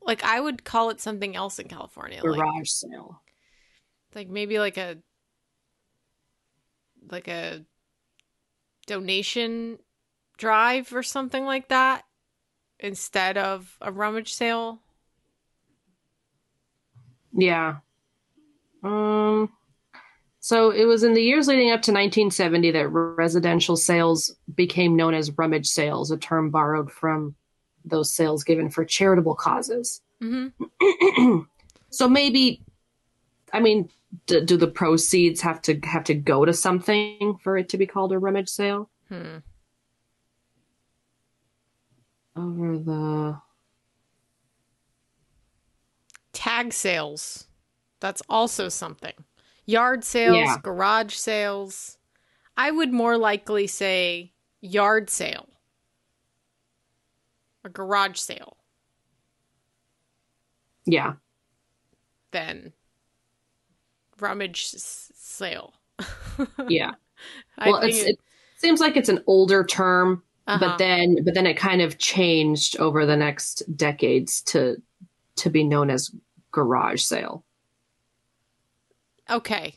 Speaker 1: like I would call it something else in California.
Speaker 2: garage
Speaker 1: Like
Speaker 2: sale.
Speaker 1: like maybe like a like a donation drive or something like that instead of a rummage sale
Speaker 2: Yeah. Um. So it was in the years leading up to 1970 that residential sales became known as rummage sales, a term borrowed from those sales given for charitable causes.
Speaker 1: Mm-hmm.
Speaker 2: so maybe i mean d- do the proceeds have to have to go to something for it to be called a rummage sale
Speaker 1: Hmm.
Speaker 2: over the
Speaker 1: Tag sales. That's also something. Yard sales,
Speaker 2: Yeah.
Speaker 1: garage sales. I would more likely say yard sale. A garage sale
Speaker 2: yeah
Speaker 1: than rummage s- sale.
Speaker 2: yeah
Speaker 1: I
Speaker 2: well
Speaker 1: think
Speaker 2: it's,
Speaker 1: it-
Speaker 2: it seems like it's an older term
Speaker 1: Uh-huh.
Speaker 2: but then but then it kind of changed over the next decades to to be known as garage sale
Speaker 1: Okay.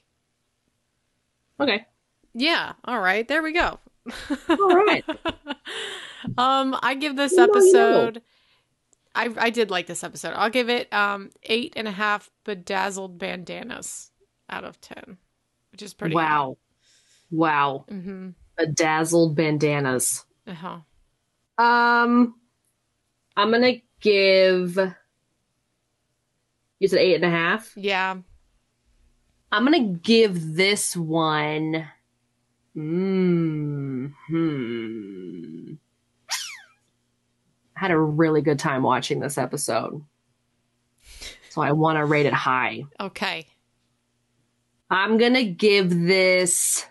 Speaker 2: Okay.
Speaker 1: Yeah. All right. There we go.
Speaker 2: all right
Speaker 1: Um, I give this
Speaker 2: You know, you know.
Speaker 1: episode. I I did like this episode. I'll give it um eight and a half bedazzled bandanas out of ten, which is pretty.
Speaker 2: wow wow
Speaker 1: Mm-hmm.
Speaker 2: bedazzled bandanas
Speaker 1: Uh huh.
Speaker 2: Um, I'm gonna give. You said eight and a half.
Speaker 1: Yeah.
Speaker 2: I'm gonna give this one. Mm, hmm. I had a really good time watching this episode, so I want to rate it high.
Speaker 1: Okay.
Speaker 2: I'm gonna give this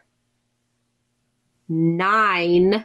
Speaker 2: nine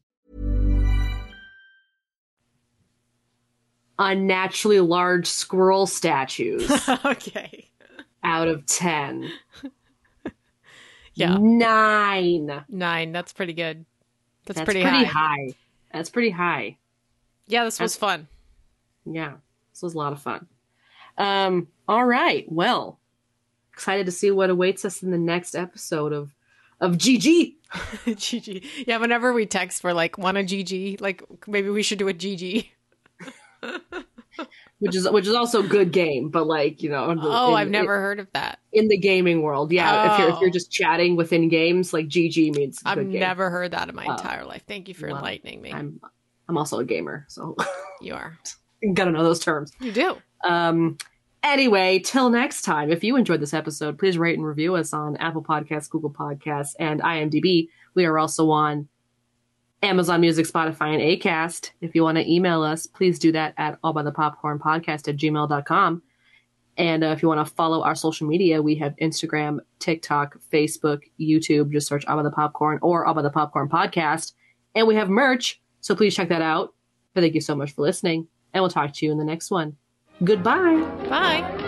Speaker 2: Unnaturally large squirrel statues
Speaker 1: okay.
Speaker 2: out of 10.
Speaker 1: Yeah.
Speaker 2: Nine.
Speaker 1: Nine. That's pretty good. That's,
Speaker 2: That's
Speaker 1: pretty,
Speaker 2: pretty
Speaker 1: high.
Speaker 2: high. That's pretty high.
Speaker 1: Yeah, this was
Speaker 2: That's-
Speaker 1: fun.
Speaker 2: Yeah, this was a lot of fun. Um, all right. Well, excited to see what awaits us in the next episode of of GG.
Speaker 1: GG. Yeah, whenever we text, we're like, want a GG? Like, maybe we should do a GG.
Speaker 2: which is which is also a good game, but like you know. in the-
Speaker 1: Oh,
Speaker 2: in-
Speaker 1: I've never heard of that.
Speaker 2: in the gaming world. Yeah, if you're if
Speaker 1: Oh.
Speaker 2: you're just chatting within games, like GG means
Speaker 1: I've
Speaker 2: good game.
Speaker 1: never heard that in my
Speaker 2: Oh.
Speaker 1: entire life. Thank you for
Speaker 2: Well,
Speaker 1: enlightening me.
Speaker 2: I'm I'm also a gamer, so
Speaker 1: you are.
Speaker 2: Gotta know those terms.
Speaker 1: You do.
Speaker 2: Um. Anyway, till next time. If you enjoyed this episode, please rate and review us on Apple Podcasts, Google Podcasts, and IMDb. We are also on Amazon Music, Spotify, and Acast. If you want to email us, please do that at all by the popcorn podcast at gmail.com. And uh, if you want to follow our social media, we have Instagram, TikTok, Facebook, YouTube. Just search All by the Popcorn or All by the Popcorn Podcast. And we have merch, so please check that out. But thank you so much for listening, and we'll talk to you in the next one. Goodbye.
Speaker 1: Bye.